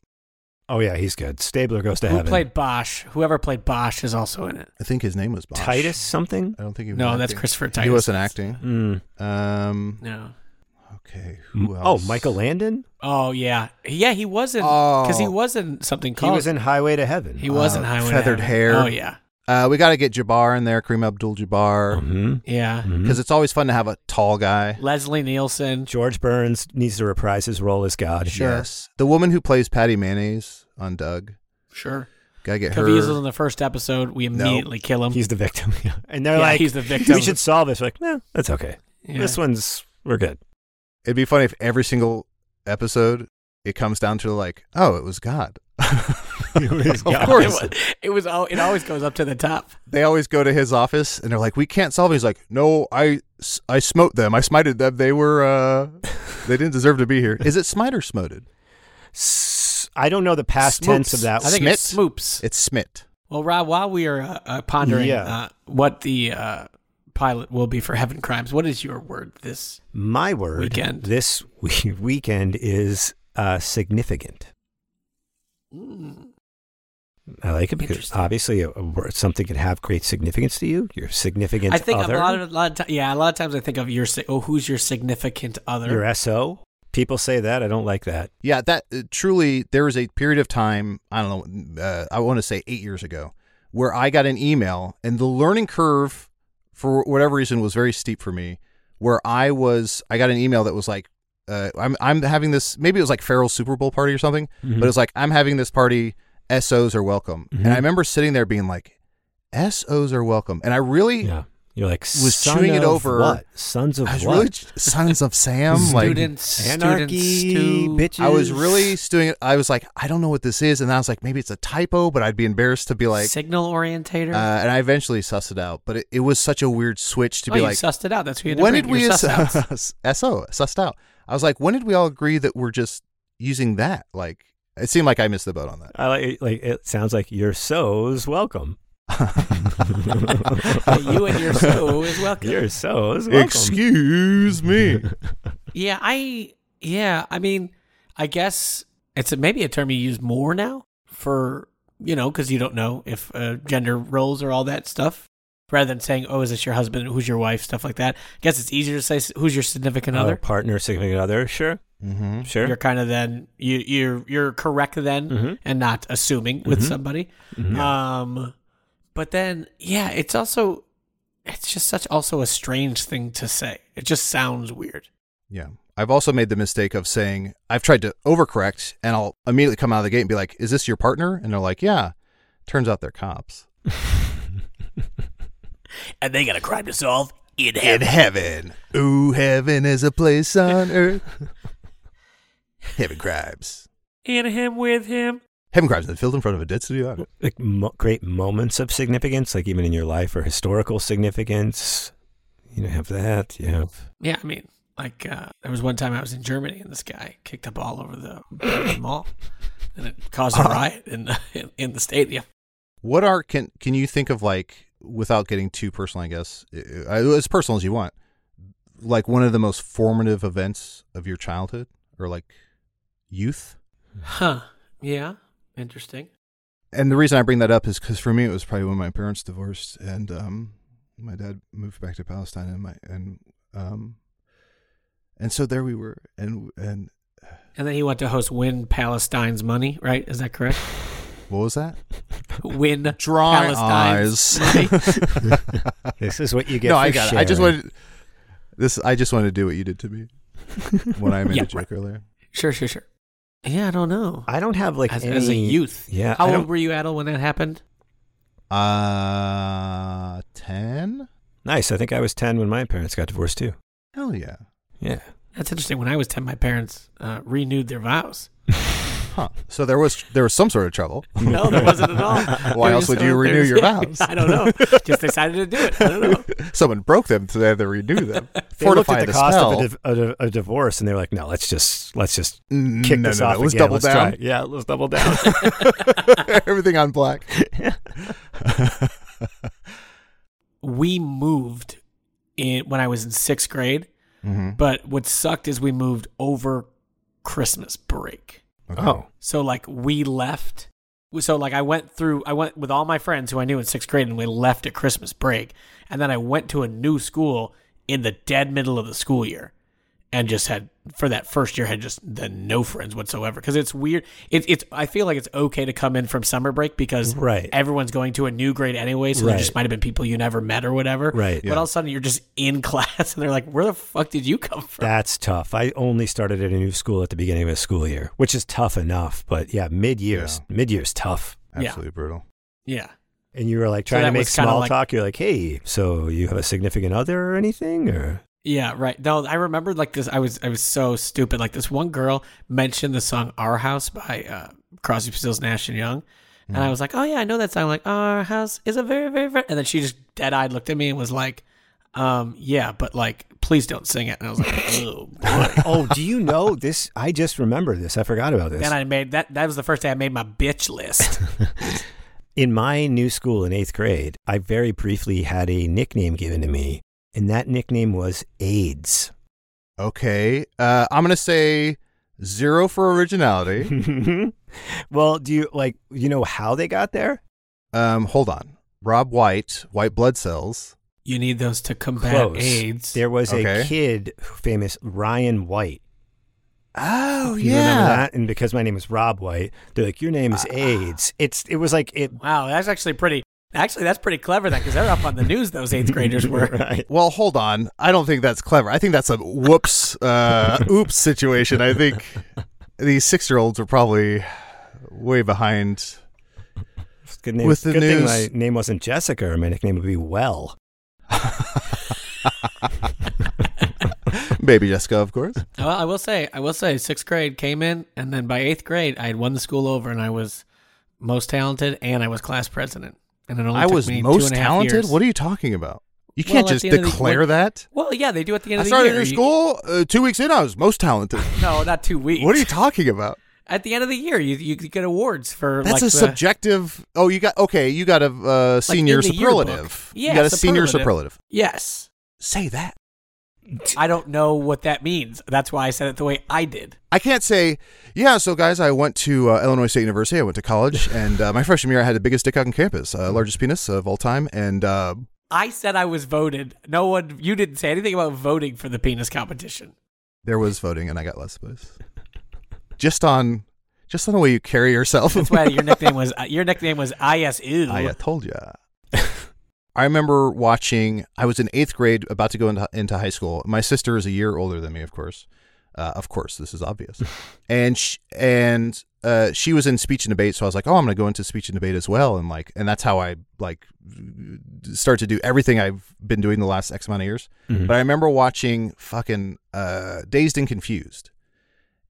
Speaker 2: Oh yeah, he's good. Stabler goes to
Speaker 4: Who
Speaker 2: heaven.
Speaker 4: played Bosch? Whoever played Bosch is also in it.
Speaker 3: I think his name was Bosch.
Speaker 2: Titus something?
Speaker 3: I don't think he was
Speaker 4: No, that's
Speaker 3: acting.
Speaker 4: Christopher
Speaker 3: He
Speaker 4: Titus.
Speaker 3: wasn't acting.
Speaker 2: Mm.
Speaker 3: Um,
Speaker 4: No.
Speaker 3: okay. Who
Speaker 2: Oh,
Speaker 3: else?
Speaker 2: Michael Landon.
Speaker 4: Oh yeah, yeah. He wasn't
Speaker 3: Oh.
Speaker 4: because he wasn't something
Speaker 2: He
Speaker 4: called.
Speaker 2: was in Highway to Heaven.
Speaker 4: He wasn't
Speaker 3: Uh,
Speaker 4: Highway to
Speaker 3: feathered
Speaker 4: Heaven.
Speaker 3: hair.
Speaker 4: Oh yeah,
Speaker 3: Uh, we got to get Jabbar in there, Kareem Abdul-Jabbar.
Speaker 2: hmm
Speaker 4: yeah.
Speaker 3: because it's always fun to have a tall guy.
Speaker 4: Leslie Nielsen.
Speaker 2: George Burns needs to reprise his role as God.
Speaker 3: Yes. The woman who plays Patty Mayonnaise on Doug.
Speaker 4: Sure.
Speaker 3: Gotta get
Speaker 4: Caviezel was
Speaker 3: her.
Speaker 4: in the first episode. We
Speaker 3: No.
Speaker 4: immediately kill him.
Speaker 2: He's the victim. [LAUGHS] Yeah. Um, And they're
Speaker 4: Yeah,
Speaker 2: like,
Speaker 4: he's the victim.
Speaker 2: We should solve this. We're like, no, that's okay.
Speaker 4: Yeah.
Speaker 2: [LAUGHS] This one's, we're good.
Speaker 3: It'd be funny if every single episode, it comes down to like, oh, it was God.
Speaker 2: was
Speaker 3: of
Speaker 2: God.
Speaker 3: course,
Speaker 4: It was, it was al- it always goes up to the top.
Speaker 3: [LAUGHS] they always go to his office and they're like, "We can't solve it." He's like, "No, I, s- I smote them. I smited them. They were, uh, they didn't deserve to be here." Is it smite or smoted?
Speaker 2: S- I don't know the past tense of
Speaker 3: Smoops.
Speaker 2: that.
Speaker 4: I think it's
Speaker 3: Smit?
Speaker 4: smoops.
Speaker 3: It's smit.
Speaker 4: Well, Rob, while we are uh, uh, pondering
Speaker 2: Yeah.
Speaker 4: uh, what the uh, pilot will be for Heaven Crimes, what is your word this?
Speaker 2: My word
Speaker 4: Weekend.
Speaker 2: this we- [LAUGHS] weekend is uh, significant. I like it because
Speaker 4: Hmm. Interesting.
Speaker 2: obviously a, a word, something could have great significance to you. Your significant
Speaker 4: I think
Speaker 2: other,
Speaker 4: a lot of a lot of ti- yeah, a lot of times I think of your si- oh, who's your significant other?
Speaker 2: your SO. People say that. I don't like that.
Speaker 3: Yeah, that uh, truly, there was a period of time, I don't know, uh, I want to say eight years ago, where I got an email and the learning curve, for whatever reason, was very steep for me. Where I was, I got an email that was like, uh, I'm, I'm having this, maybe it was like Farrell's Super Bowl party or something,
Speaker 2: Mm-hmm.
Speaker 3: but it was like, I'm having this party, SOs are welcome. And I remember sitting there being like, SOs are welcome. And I
Speaker 4: Hmm.
Speaker 3: really,
Speaker 2: Yeah, you're like
Speaker 3: Was
Speaker 2: "Son
Speaker 3: chewing it
Speaker 2: of
Speaker 3: over-
Speaker 2: What? Sons of
Speaker 3: I was
Speaker 2: what?
Speaker 3: really, sons of
Speaker 2: [LAUGHS]
Speaker 3: Sam, like,
Speaker 4: students,
Speaker 2: Anarchy,
Speaker 4: students to
Speaker 2: bitches.
Speaker 3: I was really doing it. I was like, I don't know what this is, and then I was like, maybe it's a typo, but I'd be embarrassed to be like.
Speaker 4: signal orientator.
Speaker 3: Uh, and I eventually sussed it out, but it, it was such a weird switch to
Speaker 4: oh,
Speaker 3: be
Speaker 4: you
Speaker 3: like,
Speaker 4: sussed it out. That's who you had to
Speaker 3: when
Speaker 4: bring.
Speaker 3: did
Speaker 4: You're
Speaker 3: we
Speaker 4: sussed outs.
Speaker 3: [LAUGHS]
Speaker 4: [LAUGHS]
Speaker 3: suss so sussed out? I was like, when did we all agree that we're just using that? Like, it seemed like I missed the boat on that. [LAUGHS]
Speaker 2: I like, like it sounds like your so's welcome.
Speaker 4: you and your
Speaker 3: [LAUGHS]
Speaker 4: so is
Speaker 2: [LAUGHS]
Speaker 4: welcome.
Speaker 2: Your so's [LAUGHS] welcome.
Speaker 3: Excuse me.
Speaker 4: Yeah, I yeah, I mean, I guess it's a, maybe a term you use more now for you know because you don't know if uh, gender roles or all that stuff. Rather than saying, "Oh, is this your husband? Who's your wife?" stuff like that. I guess it's easier to say, s- "Who's your significant
Speaker 2: Another
Speaker 4: other?"
Speaker 2: Uh, partner, significant other. Sure,
Speaker 3: hmm
Speaker 2: sure.
Speaker 4: You're kind of then you you're you're correct then
Speaker 2: Mhm.
Speaker 4: and not assuming with somebody.
Speaker 2: Mm-hmm.
Speaker 4: Um, but then yeah, it's also it's just such also a strange thing to say. It just sounds weird.
Speaker 3: Yeah. I've also made the mistake of saying I've tried to overcorrect, and I'll immediately come out of the gate and be like, "Is this your partner?" And they're like, "Yeah." Turns out they're cops.
Speaker 4: And they got a crime to solve in
Speaker 3: in
Speaker 4: heaven.
Speaker 3: heaven. Ooh, heaven is a place on earth. heaven crabs.
Speaker 4: in him with him.
Speaker 3: Heaven crabs in the field in front of a dead city audience.
Speaker 2: like mo- great moments of significance, like even in your life or historical significance. You know, have that. You have
Speaker 4: Yeah, I mean, like uh, there was one time I was in Germany and this guy kicked a ball over the
Speaker 2: [LAUGHS]
Speaker 4: Berlin Mall, and it caused
Speaker 2: Uh-huh.
Speaker 4: a riot in the in, in the stadium.
Speaker 3: What are can can you think of like without getting too personal? I guess I- I- as personal as you want. Like one of the most formative events of your childhood or like youth.
Speaker 4: Huh? Yeah, interesting.
Speaker 3: And the reason I bring that up is because for me it was probably when my parents divorced and um, my dad moved back to Palestine and my and um, and so there we were and and
Speaker 4: And then he went to host Win Palestine's Money, right? Is
Speaker 2: [LAUGHS]
Speaker 4: that correct?
Speaker 3: what was that?
Speaker 4: Win
Speaker 3: Dry
Speaker 4: Palestine's
Speaker 2: [LAUGHS]
Speaker 3: eyes.
Speaker 4: Money.
Speaker 2: this is what you get.
Speaker 3: no,
Speaker 2: for
Speaker 3: I got it. I just
Speaker 2: sharing.
Speaker 3: wanted this. I just wanted to do what you did
Speaker 2: [LAUGHS]
Speaker 3: to me when I made
Speaker 4: Yeah,
Speaker 3: a joke earlier.
Speaker 4: Sure, sure, sure. Yeah, I don't know.
Speaker 2: I don't have like
Speaker 4: as,
Speaker 2: any,
Speaker 4: as a youth,
Speaker 2: Yeah, I
Speaker 4: How
Speaker 2: don't-
Speaker 4: old were you, Adel, when that happened?
Speaker 3: Uh, ten?
Speaker 2: Nice. I think I was ten when my parents got divorced too.
Speaker 3: Hell yeah!
Speaker 2: Yeah.
Speaker 4: That's interesting. When I was ten, my parents uh, renewed their vows.
Speaker 3: Huh? So there was there was some sort of trouble. [LAUGHS]
Speaker 4: No, there wasn't at all.
Speaker 3: Why
Speaker 4: They
Speaker 3: else
Speaker 4: were
Speaker 3: would you
Speaker 4: they
Speaker 3: renew
Speaker 4: were-
Speaker 3: your vows?
Speaker 4: [LAUGHS] I don't know. Just decided to do it. I don't know.
Speaker 3: Someone broke them, so they had to renew them.
Speaker 2: [LAUGHS] They looked at
Speaker 3: Fortify
Speaker 2: the,
Speaker 3: the
Speaker 2: cost
Speaker 3: spell.
Speaker 2: of a, div- a, div- a divorce, and they were like, "No, let's just let's just
Speaker 3: Mm,
Speaker 2: kick
Speaker 3: no,
Speaker 2: this
Speaker 3: no, no,
Speaker 2: off
Speaker 3: let's
Speaker 2: again.
Speaker 3: double
Speaker 2: let's
Speaker 3: down.
Speaker 2: try it. Yeah, let's
Speaker 3: [LAUGHS]
Speaker 2: double down. [LAUGHS]
Speaker 3: Everything on black.
Speaker 4: [LAUGHS] We moved in when I was in sixth grade,
Speaker 3: Mm-hmm.
Speaker 4: but what sucked is we moved over Christmas break.
Speaker 2: Oh,
Speaker 4: So like we left. So like I went through. I went with all my friends who I knew in sixth grade, and we left at Christmas break, and then I went to a new school in the dead middle of the school year. and just had for that first year had just the no friends whatsoever because it's weird. It, it's I feel like it's okay to come in from summer break because
Speaker 2: Right.
Speaker 4: everyone's going to a new grade anyway, so there
Speaker 2: Right.
Speaker 4: just might have been people you never met or whatever.
Speaker 2: Right.
Speaker 4: But all of a sudden you're just in [LAUGHS] class and they're like, "Where the fuck did you come from?"
Speaker 2: that's tough. I only started at a new school at the beginning of a school year, which is tough enough. But yeah, mid years, mid years tough.
Speaker 4: Yeah.
Speaker 3: Absolutely brutal.
Speaker 4: yeah.
Speaker 2: And you were like
Speaker 4: So
Speaker 2: trying to
Speaker 4: that
Speaker 2: make
Speaker 4: was kinda
Speaker 2: small
Speaker 4: like-
Speaker 2: talk. You're like, hey, so you have a significant other or anything? Or
Speaker 4: Yeah, right. No, I remember like this. I was I was so stupid. Like this one girl mentioned the song "Our House" by uh, Crosby, Stills, Nash and Young, and I was like, "Oh yeah, I know that song." like, "Our house is a very, very, very," and then she just dead eyed looked at me and was like, um, "Yeah, but like, please don't sing it." And I was like, "Oh." boy."
Speaker 2: [LAUGHS] oh, do you know this? I just remember this. I forgot about this.
Speaker 4: then I made that. That was the first day I made my bitch list.
Speaker 2: In my new school in eighth grade, I very briefly had a nickname given to me, and that nickname was AIDS.
Speaker 3: Okay. Uh, I'm going to say zero
Speaker 2: [LAUGHS]
Speaker 3: for originality.
Speaker 2: well, do you like you know how they got there?
Speaker 3: um, hold on. Rob White, white blood cells.
Speaker 4: you need those to combat AIDS.
Speaker 2: There was a
Speaker 3: Okay.
Speaker 2: kid, famous Ryan White.
Speaker 3: Oh,
Speaker 2: Do you remember that? And because my name is Rob White, they're like, "Your name is
Speaker 4: Ah.
Speaker 2: AIDS." It's it was like it.
Speaker 4: wow, that's actually pretty. Actually, that's pretty clever. That because they're up on the news. Those [LAUGHS] eighth graders were.
Speaker 2: [LAUGHS] Right.
Speaker 3: Well, hold on. I don't think that's clever. I think that's a whoops, uh, oops situation. I think these six year olds are probably way behind.
Speaker 2: Good, name.
Speaker 3: With the
Speaker 2: Good thing
Speaker 3: news-
Speaker 2: my name wasn't Jessica, or my nickname would be Well.
Speaker 3: Baby Jessica, of course.
Speaker 4: Well, I will say, I will say, sixth grade came in, and then by eighth grade, I had won the school over, and I was most talented, and I was class president. And it only
Speaker 3: I
Speaker 4: took
Speaker 3: was
Speaker 4: me
Speaker 3: most
Speaker 4: two and a half
Speaker 3: talented.
Speaker 4: Years.
Speaker 3: What are you talking about? You
Speaker 4: Well,
Speaker 3: can't
Speaker 4: at
Speaker 3: just
Speaker 4: the end of the-
Speaker 3: declare
Speaker 4: what-
Speaker 3: that.
Speaker 4: Well, yeah, they do at the end
Speaker 3: I
Speaker 4: of the
Speaker 3: started new
Speaker 4: year. You-
Speaker 3: school uh, two weeks in. I was most
Speaker 4: [LAUGHS]
Speaker 3: talented.
Speaker 4: no, not two weeks.
Speaker 3: what are you talking about?
Speaker 4: at the end of the year? You you get awards for
Speaker 3: That's
Speaker 4: like
Speaker 3: a
Speaker 4: the,
Speaker 3: subjective. Oh, you got okay. You got a uh,
Speaker 4: like, in
Speaker 3: senior
Speaker 4: the yearbook.
Speaker 3: superlative.
Speaker 4: Yeah,
Speaker 3: you got a senior superlative.
Speaker 4: Yes,
Speaker 3: Say that.
Speaker 4: I don't know what that means. That's why I said it the way I did.
Speaker 3: I can't say, yeah. So, guys, I went to uh, Illinois State University. I went to college, [LAUGHS] and uh, my freshman year, I had the biggest dick on campus, uh, largest penis of all time, and uh,
Speaker 4: I said I was voted. No one, you didn't say anything about voting for the penis competition.
Speaker 3: there was voting, and I got last place. Just on, just on the way you carry yourself.
Speaker 4: That's why your nickname was uh, your nickname was ISU.
Speaker 3: I uh, told ya. [LAUGHS] I remember watching. I was in eighth grade, about to go into into high school. My sister is a year older than me, of course. Uh, of course, this is obvious. and sh and uh, she was in speech and debate, so I was like, "Oh, I'm going to go into speech and debate as well." And like, and that's how I like start to do everything I've been doing the last X amount of years. But I remember watching fucking uh, Dazed and Confused,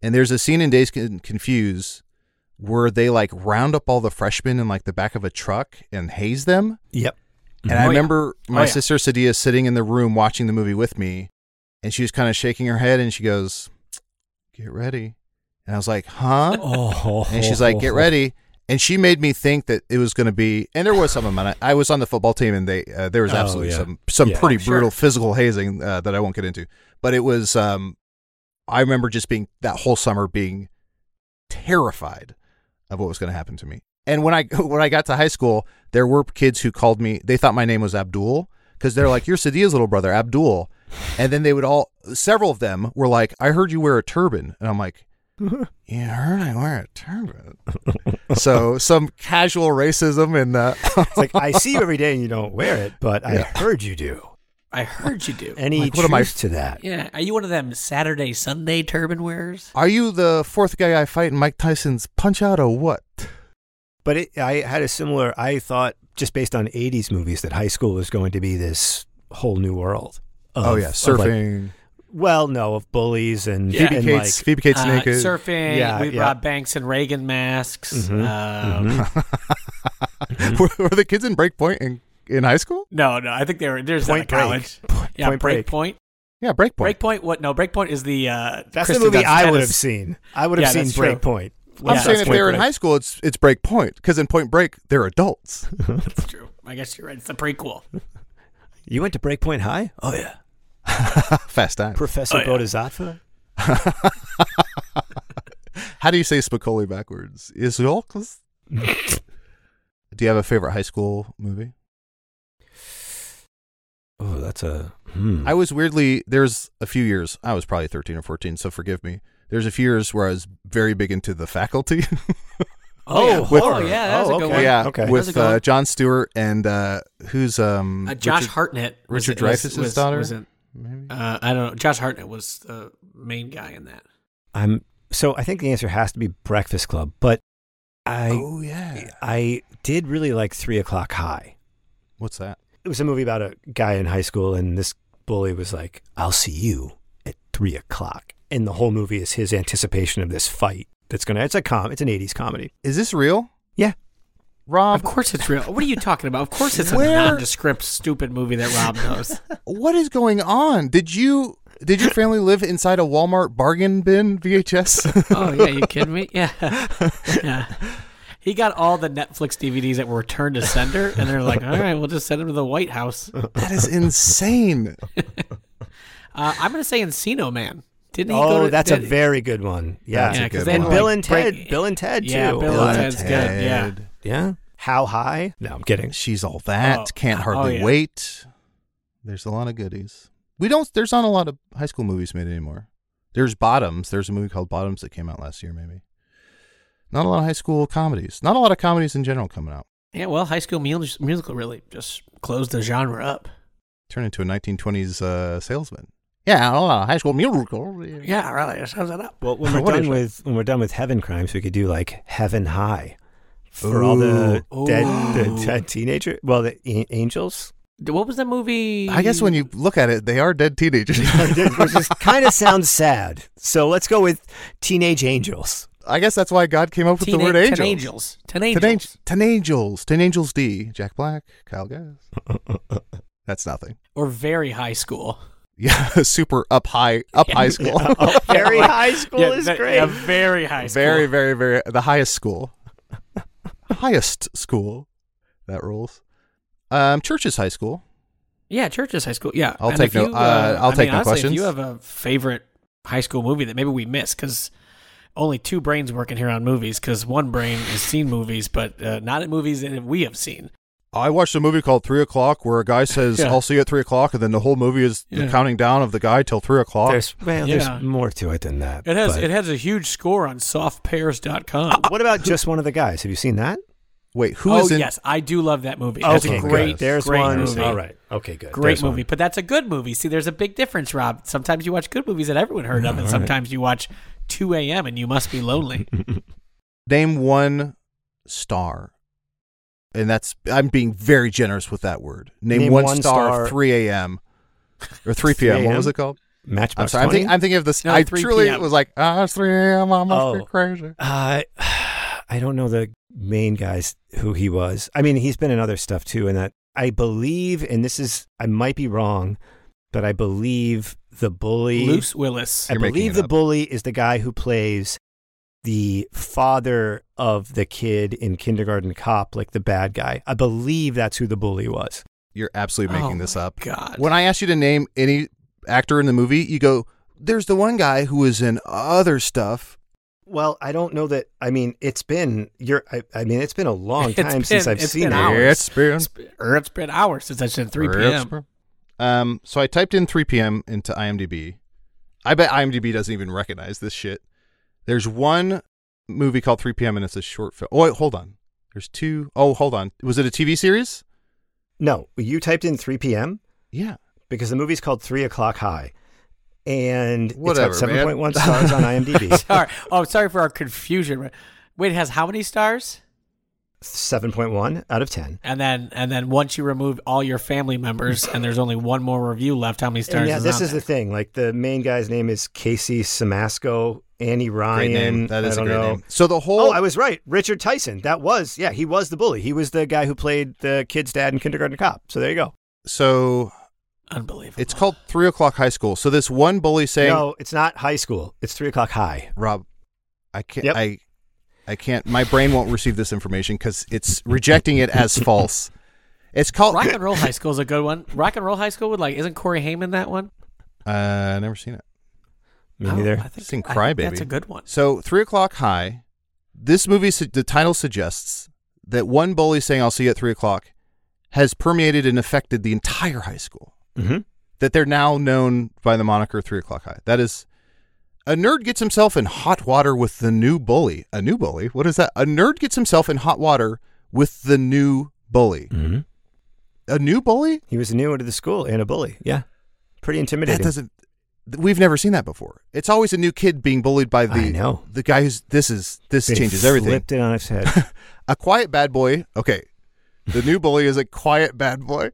Speaker 3: and there's a scene in Dazed and Confused where they like round up all the freshmen in like the back of a truck and haze them.
Speaker 2: Yep.
Speaker 3: And I
Speaker 4: [LAUGHS] Oh, yeah.
Speaker 3: remember my
Speaker 4: Oh, yeah.
Speaker 3: sister Sadia sitting in the room watching the movie with me, and she was kind of shaking her head and she goes, "Get ready," and I was like, "Huh?"
Speaker 2: Oh.
Speaker 3: And she's like,
Speaker 2: [LAUGHS]
Speaker 3: "Get ready." And she made me think that it was going to be, and there was some amount. Of, I was on the football team, and they uh, there was
Speaker 2: Oh,
Speaker 3: absolutely
Speaker 2: yeah.
Speaker 3: some some
Speaker 2: Yeah.
Speaker 3: pretty
Speaker 4: Oh, sure.
Speaker 3: brutal physical hazing uh, that I won't get into. But it was, um, I remember just being that whole summer being terrified of what was going to happen to me. And when I [LAUGHS] when I got to high school, there were kids who called me. They thought my name was Abdul because they're like, "You're Sadia's little brother, Abdul." And then they would all, several of them were like, "I heard you wear a turban," and I'm like, "You heard I wear a turban?" [LAUGHS] so some casual racism and uh,
Speaker 2: It's like I see you every day and you don't wear it, but I heard you do.
Speaker 4: I heard you do.
Speaker 2: Any
Speaker 3: Like,
Speaker 2: truth
Speaker 3: what am I-
Speaker 2: to that?
Speaker 4: Yeah. Are you one of them Saturday, Sunday turban wearers?
Speaker 3: [LAUGHS] are you the fourth guy I fight in Mike Tyson's Punch Out or what?
Speaker 2: But it, I had a similar. I thought just based on '80s movies that high school was going to be this whole new world. Of,
Speaker 3: oh yeah,
Speaker 2: of, like-
Speaker 3: surfing.
Speaker 2: well, no, of bullies and
Speaker 4: Yeah.
Speaker 3: Phoebe
Speaker 2: and
Speaker 3: Cates,
Speaker 2: like
Speaker 3: Phoebe Cates
Speaker 4: Uh,
Speaker 3: naked. [LAUGHS]
Speaker 4: Surfing.
Speaker 2: Yeah,
Speaker 4: we
Speaker 2: yeah.
Speaker 4: brought Banks and Reagan masks.
Speaker 2: Mhm,
Speaker 4: Um,
Speaker 2: mhm. Mm-hmm.
Speaker 3: were, were the kids in Breakpoint in in high school?
Speaker 4: [LAUGHS] No, no. I think they were. There's
Speaker 2: Point
Speaker 4: that at college. Yeah,
Speaker 2: Point Break.
Speaker 4: Breakpoint.
Speaker 3: Yeah, Breakpoint.
Speaker 4: Breakpoint. What? No, Breakpoint is the. Uh,
Speaker 2: That's
Speaker 4: Kristen
Speaker 2: the movie
Speaker 4: Dunst
Speaker 2: I would
Speaker 4: tennis.
Speaker 2: have seen. I would have
Speaker 4: Yeah,
Speaker 2: seen
Speaker 4: that's true.
Speaker 2: Breakpoint.
Speaker 3: I'm
Speaker 4: Yeah,
Speaker 3: saying
Speaker 4: that's
Speaker 3: if they were in
Speaker 2: Break.
Speaker 3: high school, it's it's Break Point because in Point Break they're adults. [LAUGHS]
Speaker 4: That's true. I guess you're right. It's the prequel.
Speaker 2: You went to Breakpoint High? Oh yeah,
Speaker 3: Fast time.
Speaker 2: Professor
Speaker 4: Oh, yeah.
Speaker 2: Bodhisattva.
Speaker 3: [LAUGHS] How do you say Spicoli backwards? Is it
Speaker 2: [LAUGHS]
Speaker 3: all close? Do you have a favorite high school movie?
Speaker 2: Oh, that's a. Hmm.
Speaker 3: I was weirdly there's a few years I was probably 13 or 14, so forgive me. There's a few years where I was very big into the faculty.
Speaker 4: Oh, yeah.
Speaker 3: With-
Speaker 4: oh yeah. That was
Speaker 2: Oh,
Speaker 4: a
Speaker 3: [LAUGHS]
Speaker 4: good
Speaker 2: okay.
Speaker 4: one.
Speaker 3: yeah,
Speaker 2: okay.
Speaker 4: That's a
Speaker 3: with
Speaker 4: good
Speaker 3: uh,
Speaker 4: one.
Speaker 3: John Stewart and uh, who's um
Speaker 4: Uh, Josh
Speaker 3: Richard-
Speaker 4: Hartnett. was-
Speaker 3: Richard
Speaker 4: was-
Speaker 3: Dreyfuss's
Speaker 4: was-
Speaker 3: daughter?
Speaker 4: was in-
Speaker 3: maybe?
Speaker 4: uh, I don't know. Josh Hartnett was the main guy in that.
Speaker 2: I'm so I think the answer has to be Breakfast Club, but I
Speaker 3: oh yeah.
Speaker 2: I did really like Three O'clock High.
Speaker 3: What's that?
Speaker 2: It was a movie about a guy in high school and this bully was like, I'll see you at three o'clock. And the whole movie is his anticipation of this fight that's going to, it's a com, it's an 80s comedy.
Speaker 3: Is this real?
Speaker 2: Yeah.
Speaker 3: Rob,
Speaker 4: Of course it's real. What are you talking about? Of course it's a
Speaker 3: Where-
Speaker 4: nondescript, stupid movie that Rob knows.
Speaker 3: what is going on? Did you did your family live inside a Walmart bargain bin VHS?
Speaker 4: oh yeah, you kidding me? Yeah. yeah. He got all the Netflix DVDs that were returned to sender, and they're like, "All right, we'll just send them to the White House." Uh,
Speaker 3: [LAUGHS] that is insane.
Speaker 4: I'm gonna say Encino Man. Didn't he go
Speaker 2: Oh,
Speaker 4: to,
Speaker 2: that's
Speaker 4: did-
Speaker 2: a very good one. Yeah.
Speaker 3: That's a
Speaker 4: yeah, because
Speaker 3: good
Speaker 4: then
Speaker 3: one.
Speaker 2: and Bill and
Speaker 4: break-
Speaker 2: Ted. Bill and Ted, too.
Speaker 4: Yeah, Bill and Ted's good. Yeah,
Speaker 3: Ted.
Speaker 2: Yeah. How high? No, I'm kidding.
Speaker 3: She's all that.
Speaker 4: Oh,
Speaker 3: Can't
Speaker 4: oh,
Speaker 3: hardly
Speaker 4: yeah.
Speaker 3: wait. There's a lot of goodies. We don't. There's not a lot of high school movies made anymore. There's Bottoms. There's a movie called Bottoms that came out last year. Maybe. Not a lot of high school comedies. Not a lot of comedies in general coming out.
Speaker 4: yeah. Well, High School Mu- Musical really just closed the genre up.
Speaker 3: Turn into a 1920s uh, salesman. Yeah, not a lot of high school musical.
Speaker 4: Yeah, really, it sums it up.
Speaker 2: Well, [LAUGHS] when we're
Speaker 3: What is
Speaker 2: done
Speaker 3: it?
Speaker 2: with when we're done with heaven crimes, we could do like heaven high for all the
Speaker 4: Ooh.
Speaker 2: dead
Speaker 4: Ooh.
Speaker 2: the dead teenager. Well, the a- angels,
Speaker 4: What was that movie?
Speaker 3: I guess when you look at it, they are dead
Speaker 4: [LAUGHS]
Speaker 3: teenagers.
Speaker 2: [LAUGHS] which is kind of sounds sad. So let's go with teenage angels.
Speaker 3: [LAUGHS] I guess that's why God came up with
Speaker 4: Teen-
Speaker 3: the word
Speaker 4: Ten
Speaker 3: angels.
Speaker 4: Angels. Ten
Speaker 3: Ten,
Speaker 4: Angels.
Speaker 3: Ang- Ten Angels. Ten Angels D. Jack Black. Kyle Gass.
Speaker 4: [LAUGHS]
Speaker 3: That's nothing.
Speaker 4: Or very high school.
Speaker 3: Yeah, [LAUGHS] super up high, up high
Speaker 4: [LAUGHS]
Speaker 3: school.
Speaker 2: Very high school
Speaker 4: Yeah,
Speaker 2: is
Speaker 4: ve-
Speaker 2: great.
Speaker 4: yeah, very
Speaker 3: [LAUGHS]
Speaker 4: high school.
Speaker 3: very, very, very the highest school, highest school. That rules. Um, church is high school.
Speaker 4: Yeah, church is high school. Yeah,
Speaker 3: I'll
Speaker 4: And
Speaker 3: take
Speaker 4: if
Speaker 3: no-
Speaker 4: You,
Speaker 3: uh, I'll
Speaker 4: I
Speaker 3: take
Speaker 4: mean,
Speaker 3: no
Speaker 4: honestly,
Speaker 3: questions.
Speaker 4: If you have a favorite high school movie that maybe we miss because only two brains working here on movies because one brain has seen movies but uh, not at movies that we have seen.
Speaker 3: I watched a movie called Three O'clock, where a
Speaker 4: [LAUGHS]
Speaker 3: guy says,
Speaker 4: Yeah.
Speaker 3: "I'll see you at three o'clock," and then the whole movie is the
Speaker 4: Yeah.
Speaker 3: counting down of the guy till three o'clock.
Speaker 2: There's well,
Speaker 4: Yeah.
Speaker 2: there's more to it than that.
Speaker 4: It has
Speaker 2: but-
Speaker 4: it has a huge score on softpairs.com.
Speaker 2: What about just one of the guys? Have you seen that?
Speaker 3: Wait, who
Speaker 4: oh
Speaker 3: is in?
Speaker 4: yes, I do love that movie. That's
Speaker 2: okay,
Speaker 4: a great,
Speaker 2: good. There's
Speaker 4: great
Speaker 2: one.
Speaker 4: movie.
Speaker 2: All right. Okay, good.
Speaker 4: Great
Speaker 2: There's one.
Speaker 4: movie, but that's a good movie. See, there's a big difference, Rob. Sometimes you watch good movies that everyone heard of, and sometimes you watch 2 a.m. and you must be lonely.
Speaker 2: [LAUGHS]
Speaker 3: Name one star. And that's I'm being very generous with that word. Name, one, star, of 3 a.m. or 3 p.m.
Speaker 2: 3
Speaker 3: What was
Speaker 2: a.m.?
Speaker 3: it called?
Speaker 2: Matchbox
Speaker 3: I'm sorry. I'm,
Speaker 2: 20?
Speaker 3: think, I'm thinking of this.
Speaker 4: No,
Speaker 3: I
Speaker 4: 3
Speaker 3: truly
Speaker 4: p.m..
Speaker 3: was like, ah, it's 3 a.m. I must be
Speaker 2: Oh.
Speaker 3: crazy.
Speaker 2: Uh, [SIGHS] I don't know the main guys who he was. I mean, he's been in other stuff too, and that I believe, and this is I might be wrong, but I believe the bully.
Speaker 4: Luce Willis.
Speaker 2: I
Speaker 3: You're making
Speaker 2: believe
Speaker 3: it
Speaker 2: the
Speaker 3: up.
Speaker 2: bully is the guy who plays the father of the kid in Kindergarten Cop, like the bad guy. I believe that's who the bully was.
Speaker 3: You're absolutely making
Speaker 4: Oh
Speaker 3: this
Speaker 4: my
Speaker 3: up.
Speaker 4: God.
Speaker 3: When I asked you to name any actor in the movie, you go, there's the one guy who was in other stuff.
Speaker 2: Well, I don't know that. I mean, it's been you're. I, I mean, [LAUGHS] it's been a long
Speaker 4: It's
Speaker 2: time since
Speaker 4: been-
Speaker 2: I've
Speaker 4: it's
Speaker 2: seen
Speaker 4: been
Speaker 2: it.
Speaker 4: hours.
Speaker 3: It's been- er,
Speaker 4: It's been, or it's been hours since I said 3 p.m.
Speaker 3: Um, so I typed in 3 p.m. into IMDb. I bet IMDb doesn't even recognize this shit. There's one movie called 3 p.m. and it's a short film. Oh, wait, hold on. There's two oh hold on. Was it a TV series?
Speaker 2: No, you typed in 3 p.m.
Speaker 3: Yeah.
Speaker 2: because the movie's called Three O'clock High, and
Speaker 3: Whatever,
Speaker 2: it's got
Speaker 3: man.
Speaker 2: 7.1 stars [LAUGHS] on IMDb.
Speaker 4: sorry. Oh, sorry for our confusion. Wait, it has how many stars?
Speaker 2: 7.1 out of 10.
Speaker 4: And then and then once you remove all your family members and there's only one more review left, how many stars
Speaker 2: And yeah,
Speaker 4: is
Speaker 2: this
Speaker 4: on
Speaker 2: is
Speaker 4: there?
Speaker 2: the thing. Like the main guy's name is Casey Samasco, Annie Ryan.
Speaker 3: Great name. That is
Speaker 2: I
Speaker 3: a
Speaker 2: don't
Speaker 3: great
Speaker 2: know.
Speaker 3: name. So the whole
Speaker 2: Oh, I was right. Richard Tyson. That was yeah. He was the bully. He was the guy who played the kid's dad in Kindergarten Cop. So there you go.
Speaker 3: so
Speaker 4: Unbelievable.
Speaker 3: it's called Three O'clock High School. So this one bully saying
Speaker 2: no, it's not high school. It's three o'clock high.
Speaker 3: Rob, I can't
Speaker 2: Yep.
Speaker 3: I I can't my brain won't receive this information because it's rejecting
Speaker 2: [LAUGHS]
Speaker 3: it as false. It's called
Speaker 4: Rock and Roll High School is a good one. Rock and Roll High School would like isn't Corey Heyman that one?
Speaker 3: Uh never seen it.
Speaker 2: Me
Speaker 4: Oh,
Speaker 2: neither.
Speaker 4: I think,
Speaker 3: Seen
Speaker 4: I
Speaker 3: Cry
Speaker 4: think That's
Speaker 3: Baby.
Speaker 4: a good one.
Speaker 3: So three o'clock high. This movie, su- the title suggests that one bully saying "I'll see you at three o'clock" has permeated and affected the entire high school.
Speaker 2: Mm-hmm.
Speaker 3: That they're now known by the moniker three o'clock high. That is, a nerd gets himself in hot water with the new bully. A new bully. What is that? A nerd gets himself in hot water with the new bully.
Speaker 2: Mm-hmm.
Speaker 3: A new bully?
Speaker 2: He was new into the school and a bully. Yeah, pretty intimidating.
Speaker 3: That doesn't. th- We've never seen that before. It's always a new kid being bullied by the
Speaker 2: I know.
Speaker 3: the guy who's. This is this
Speaker 2: They
Speaker 3: changes everything.
Speaker 2: Flipped it on its head.
Speaker 3: [LAUGHS] A quiet bad boy. Okay. The new bully is a quiet bad boy.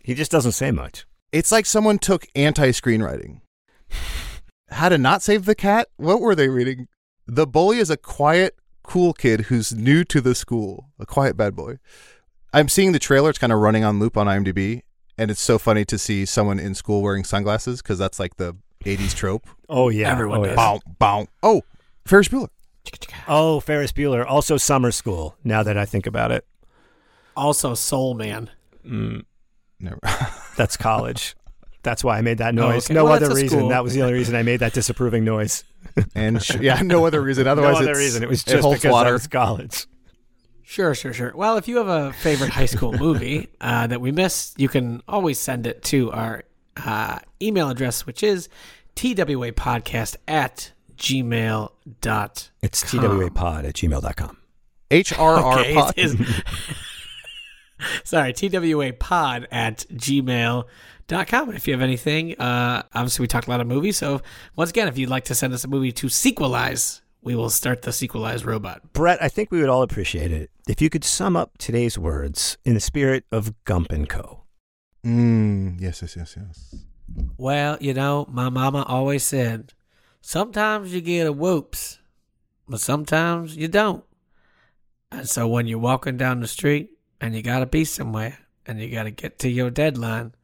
Speaker 2: he just doesn't say much.
Speaker 3: It's like someone took anti screenwriting. How to Not Save the Cat? What were they reading? The bully is a quiet, cool kid who's new to the school, a quiet bad boy. I'm seeing the trailer. It's kind of running on loop on IMDb. And it's so funny to see someone in school wearing sunglasses because that's like the 80s trope.
Speaker 2: Oh yeah,
Speaker 4: Everyone
Speaker 2: oh,
Speaker 4: does.
Speaker 2: yeah.
Speaker 3: Bow, bow. Oh, Ferris Bueller.
Speaker 2: Oh, Ferris Bueller. Also, Summer School. Now that I think about it,
Speaker 4: Also, Soul Man.
Speaker 3: Mm. Never.
Speaker 2: that's college. That's why I made that noise.
Speaker 4: okay.
Speaker 2: No
Speaker 4: Well, that's
Speaker 2: other
Speaker 4: a
Speaker 2: reason.
Speaker 4: school.
Speaker 2: That was the only reason I made that disapproving noise.
Speaker 3: [LAUGHS] and sh- yeah, no other reason.
Speaker 2: [LAUGHS]
Speaker 3: Otherwise,
Speaker 2: no other
Speaker 3: it's-
Speaker 2: reason. It was just
Speaker 3: holds
Speaker 2: because
Speaker 3: water.
Speaker 2: I was college.
Speaker 4: Sure, sure, sure. Well, if you have a favorite high school movie uh, that we missed, you can always send it to our uh, email address, which is twapodcast at gmail.com.
Speaker 2: It's twapod at gmail.com. [LAUGHS]
Speaker 3: HRR
Speaker 4: Okay,
Speaker 3: pod.
Speaker 4: it is. [LAUGHS] Sorry, twapod at gmail.com. If you have anything, uh, obviously we talked a lot of movies. So, once again, if you'd like to send us a movie to sequelize, we will start the sequelize robot.
Speaker 2: Brett, I think we would all appreciate it if you could sum up today's words in the spirit of Gump and Co.
Speaker 3: Mm, yes, yes, yes, yes.
Speaker 4: Well, you know, my mama always said, sometimes you get a whoops, but sometimes you don't. And so when you're walking down the street and you got to be somewhere and you got to get to your deadline,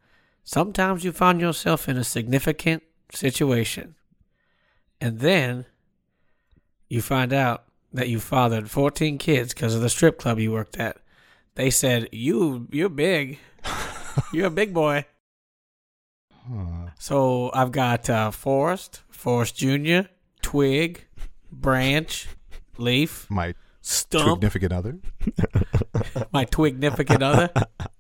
Speaker 4: sometimes you find yourself in a significant situation. And then you find out that you fathered 14 kids because of the strip club you worked at. They said, "You you're big. you're a big boy." So I've got uh, Forrest, Forrest Jr., Twig, Branch, Leaf,
Speaker 3: My
Speaker 4: Stump,
Speaker 3: significant other.
Speaker 4: my twignificant other.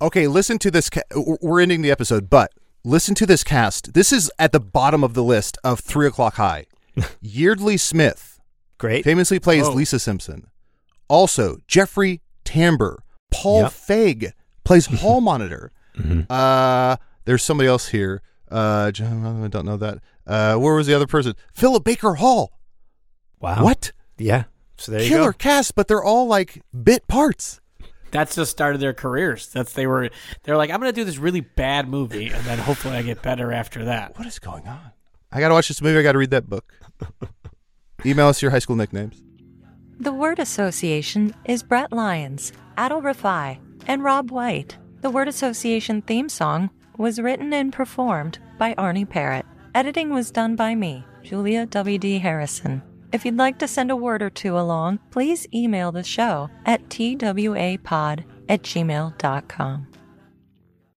Speaker 3: Okay, listen to this. Ca- w- we're ending the episode, but listen to this cast. This is at the bottom of the list of three
Speaker 2: [LAUGHS]
Speaker 3: o'clock high. Yeardley Smith
Speaker 2: Great.
Speaker 3: famously plays
Speaker 2: Whoa.
Speaker 3: Lisa Simpson. Also, Jeffrey Tambor, Paul
Speaker 2: Yep. Mm-hmm.
Speaker 3: Feig
Speaker 2: [LAUGHS]
Speaker 3: plays Hall Monitor. Uh, there's somebody else here. Uh, John, I don't know that. Uh, where was the other person? Philip Baker Hall.
Speaker 2: Wow.
Speaker 3: What?
Speaker 2: Yeah. So there
Speaker 3: Killer
Speaker 2: you go.
Speaker 3: cast, but they're all like bit parts.
Speaker 4: That's the start of their careers. That's they were they're like, I'm gonna do this really bad movie and then hopefully I get better after that.
Speaker 3: What is going on? I gotta watch this movie. I gotta read that book. Email us your high school nicknames.
Speaker 8: The word association is Brett Lyons, Adel Rafai, and Rob White. The word association theme song was written and performed by Arnie Parrott. Editing was done by me, Julia W.D. Harrison. If you'd like to send a word or two along, please email the show at twapod at gmail.com.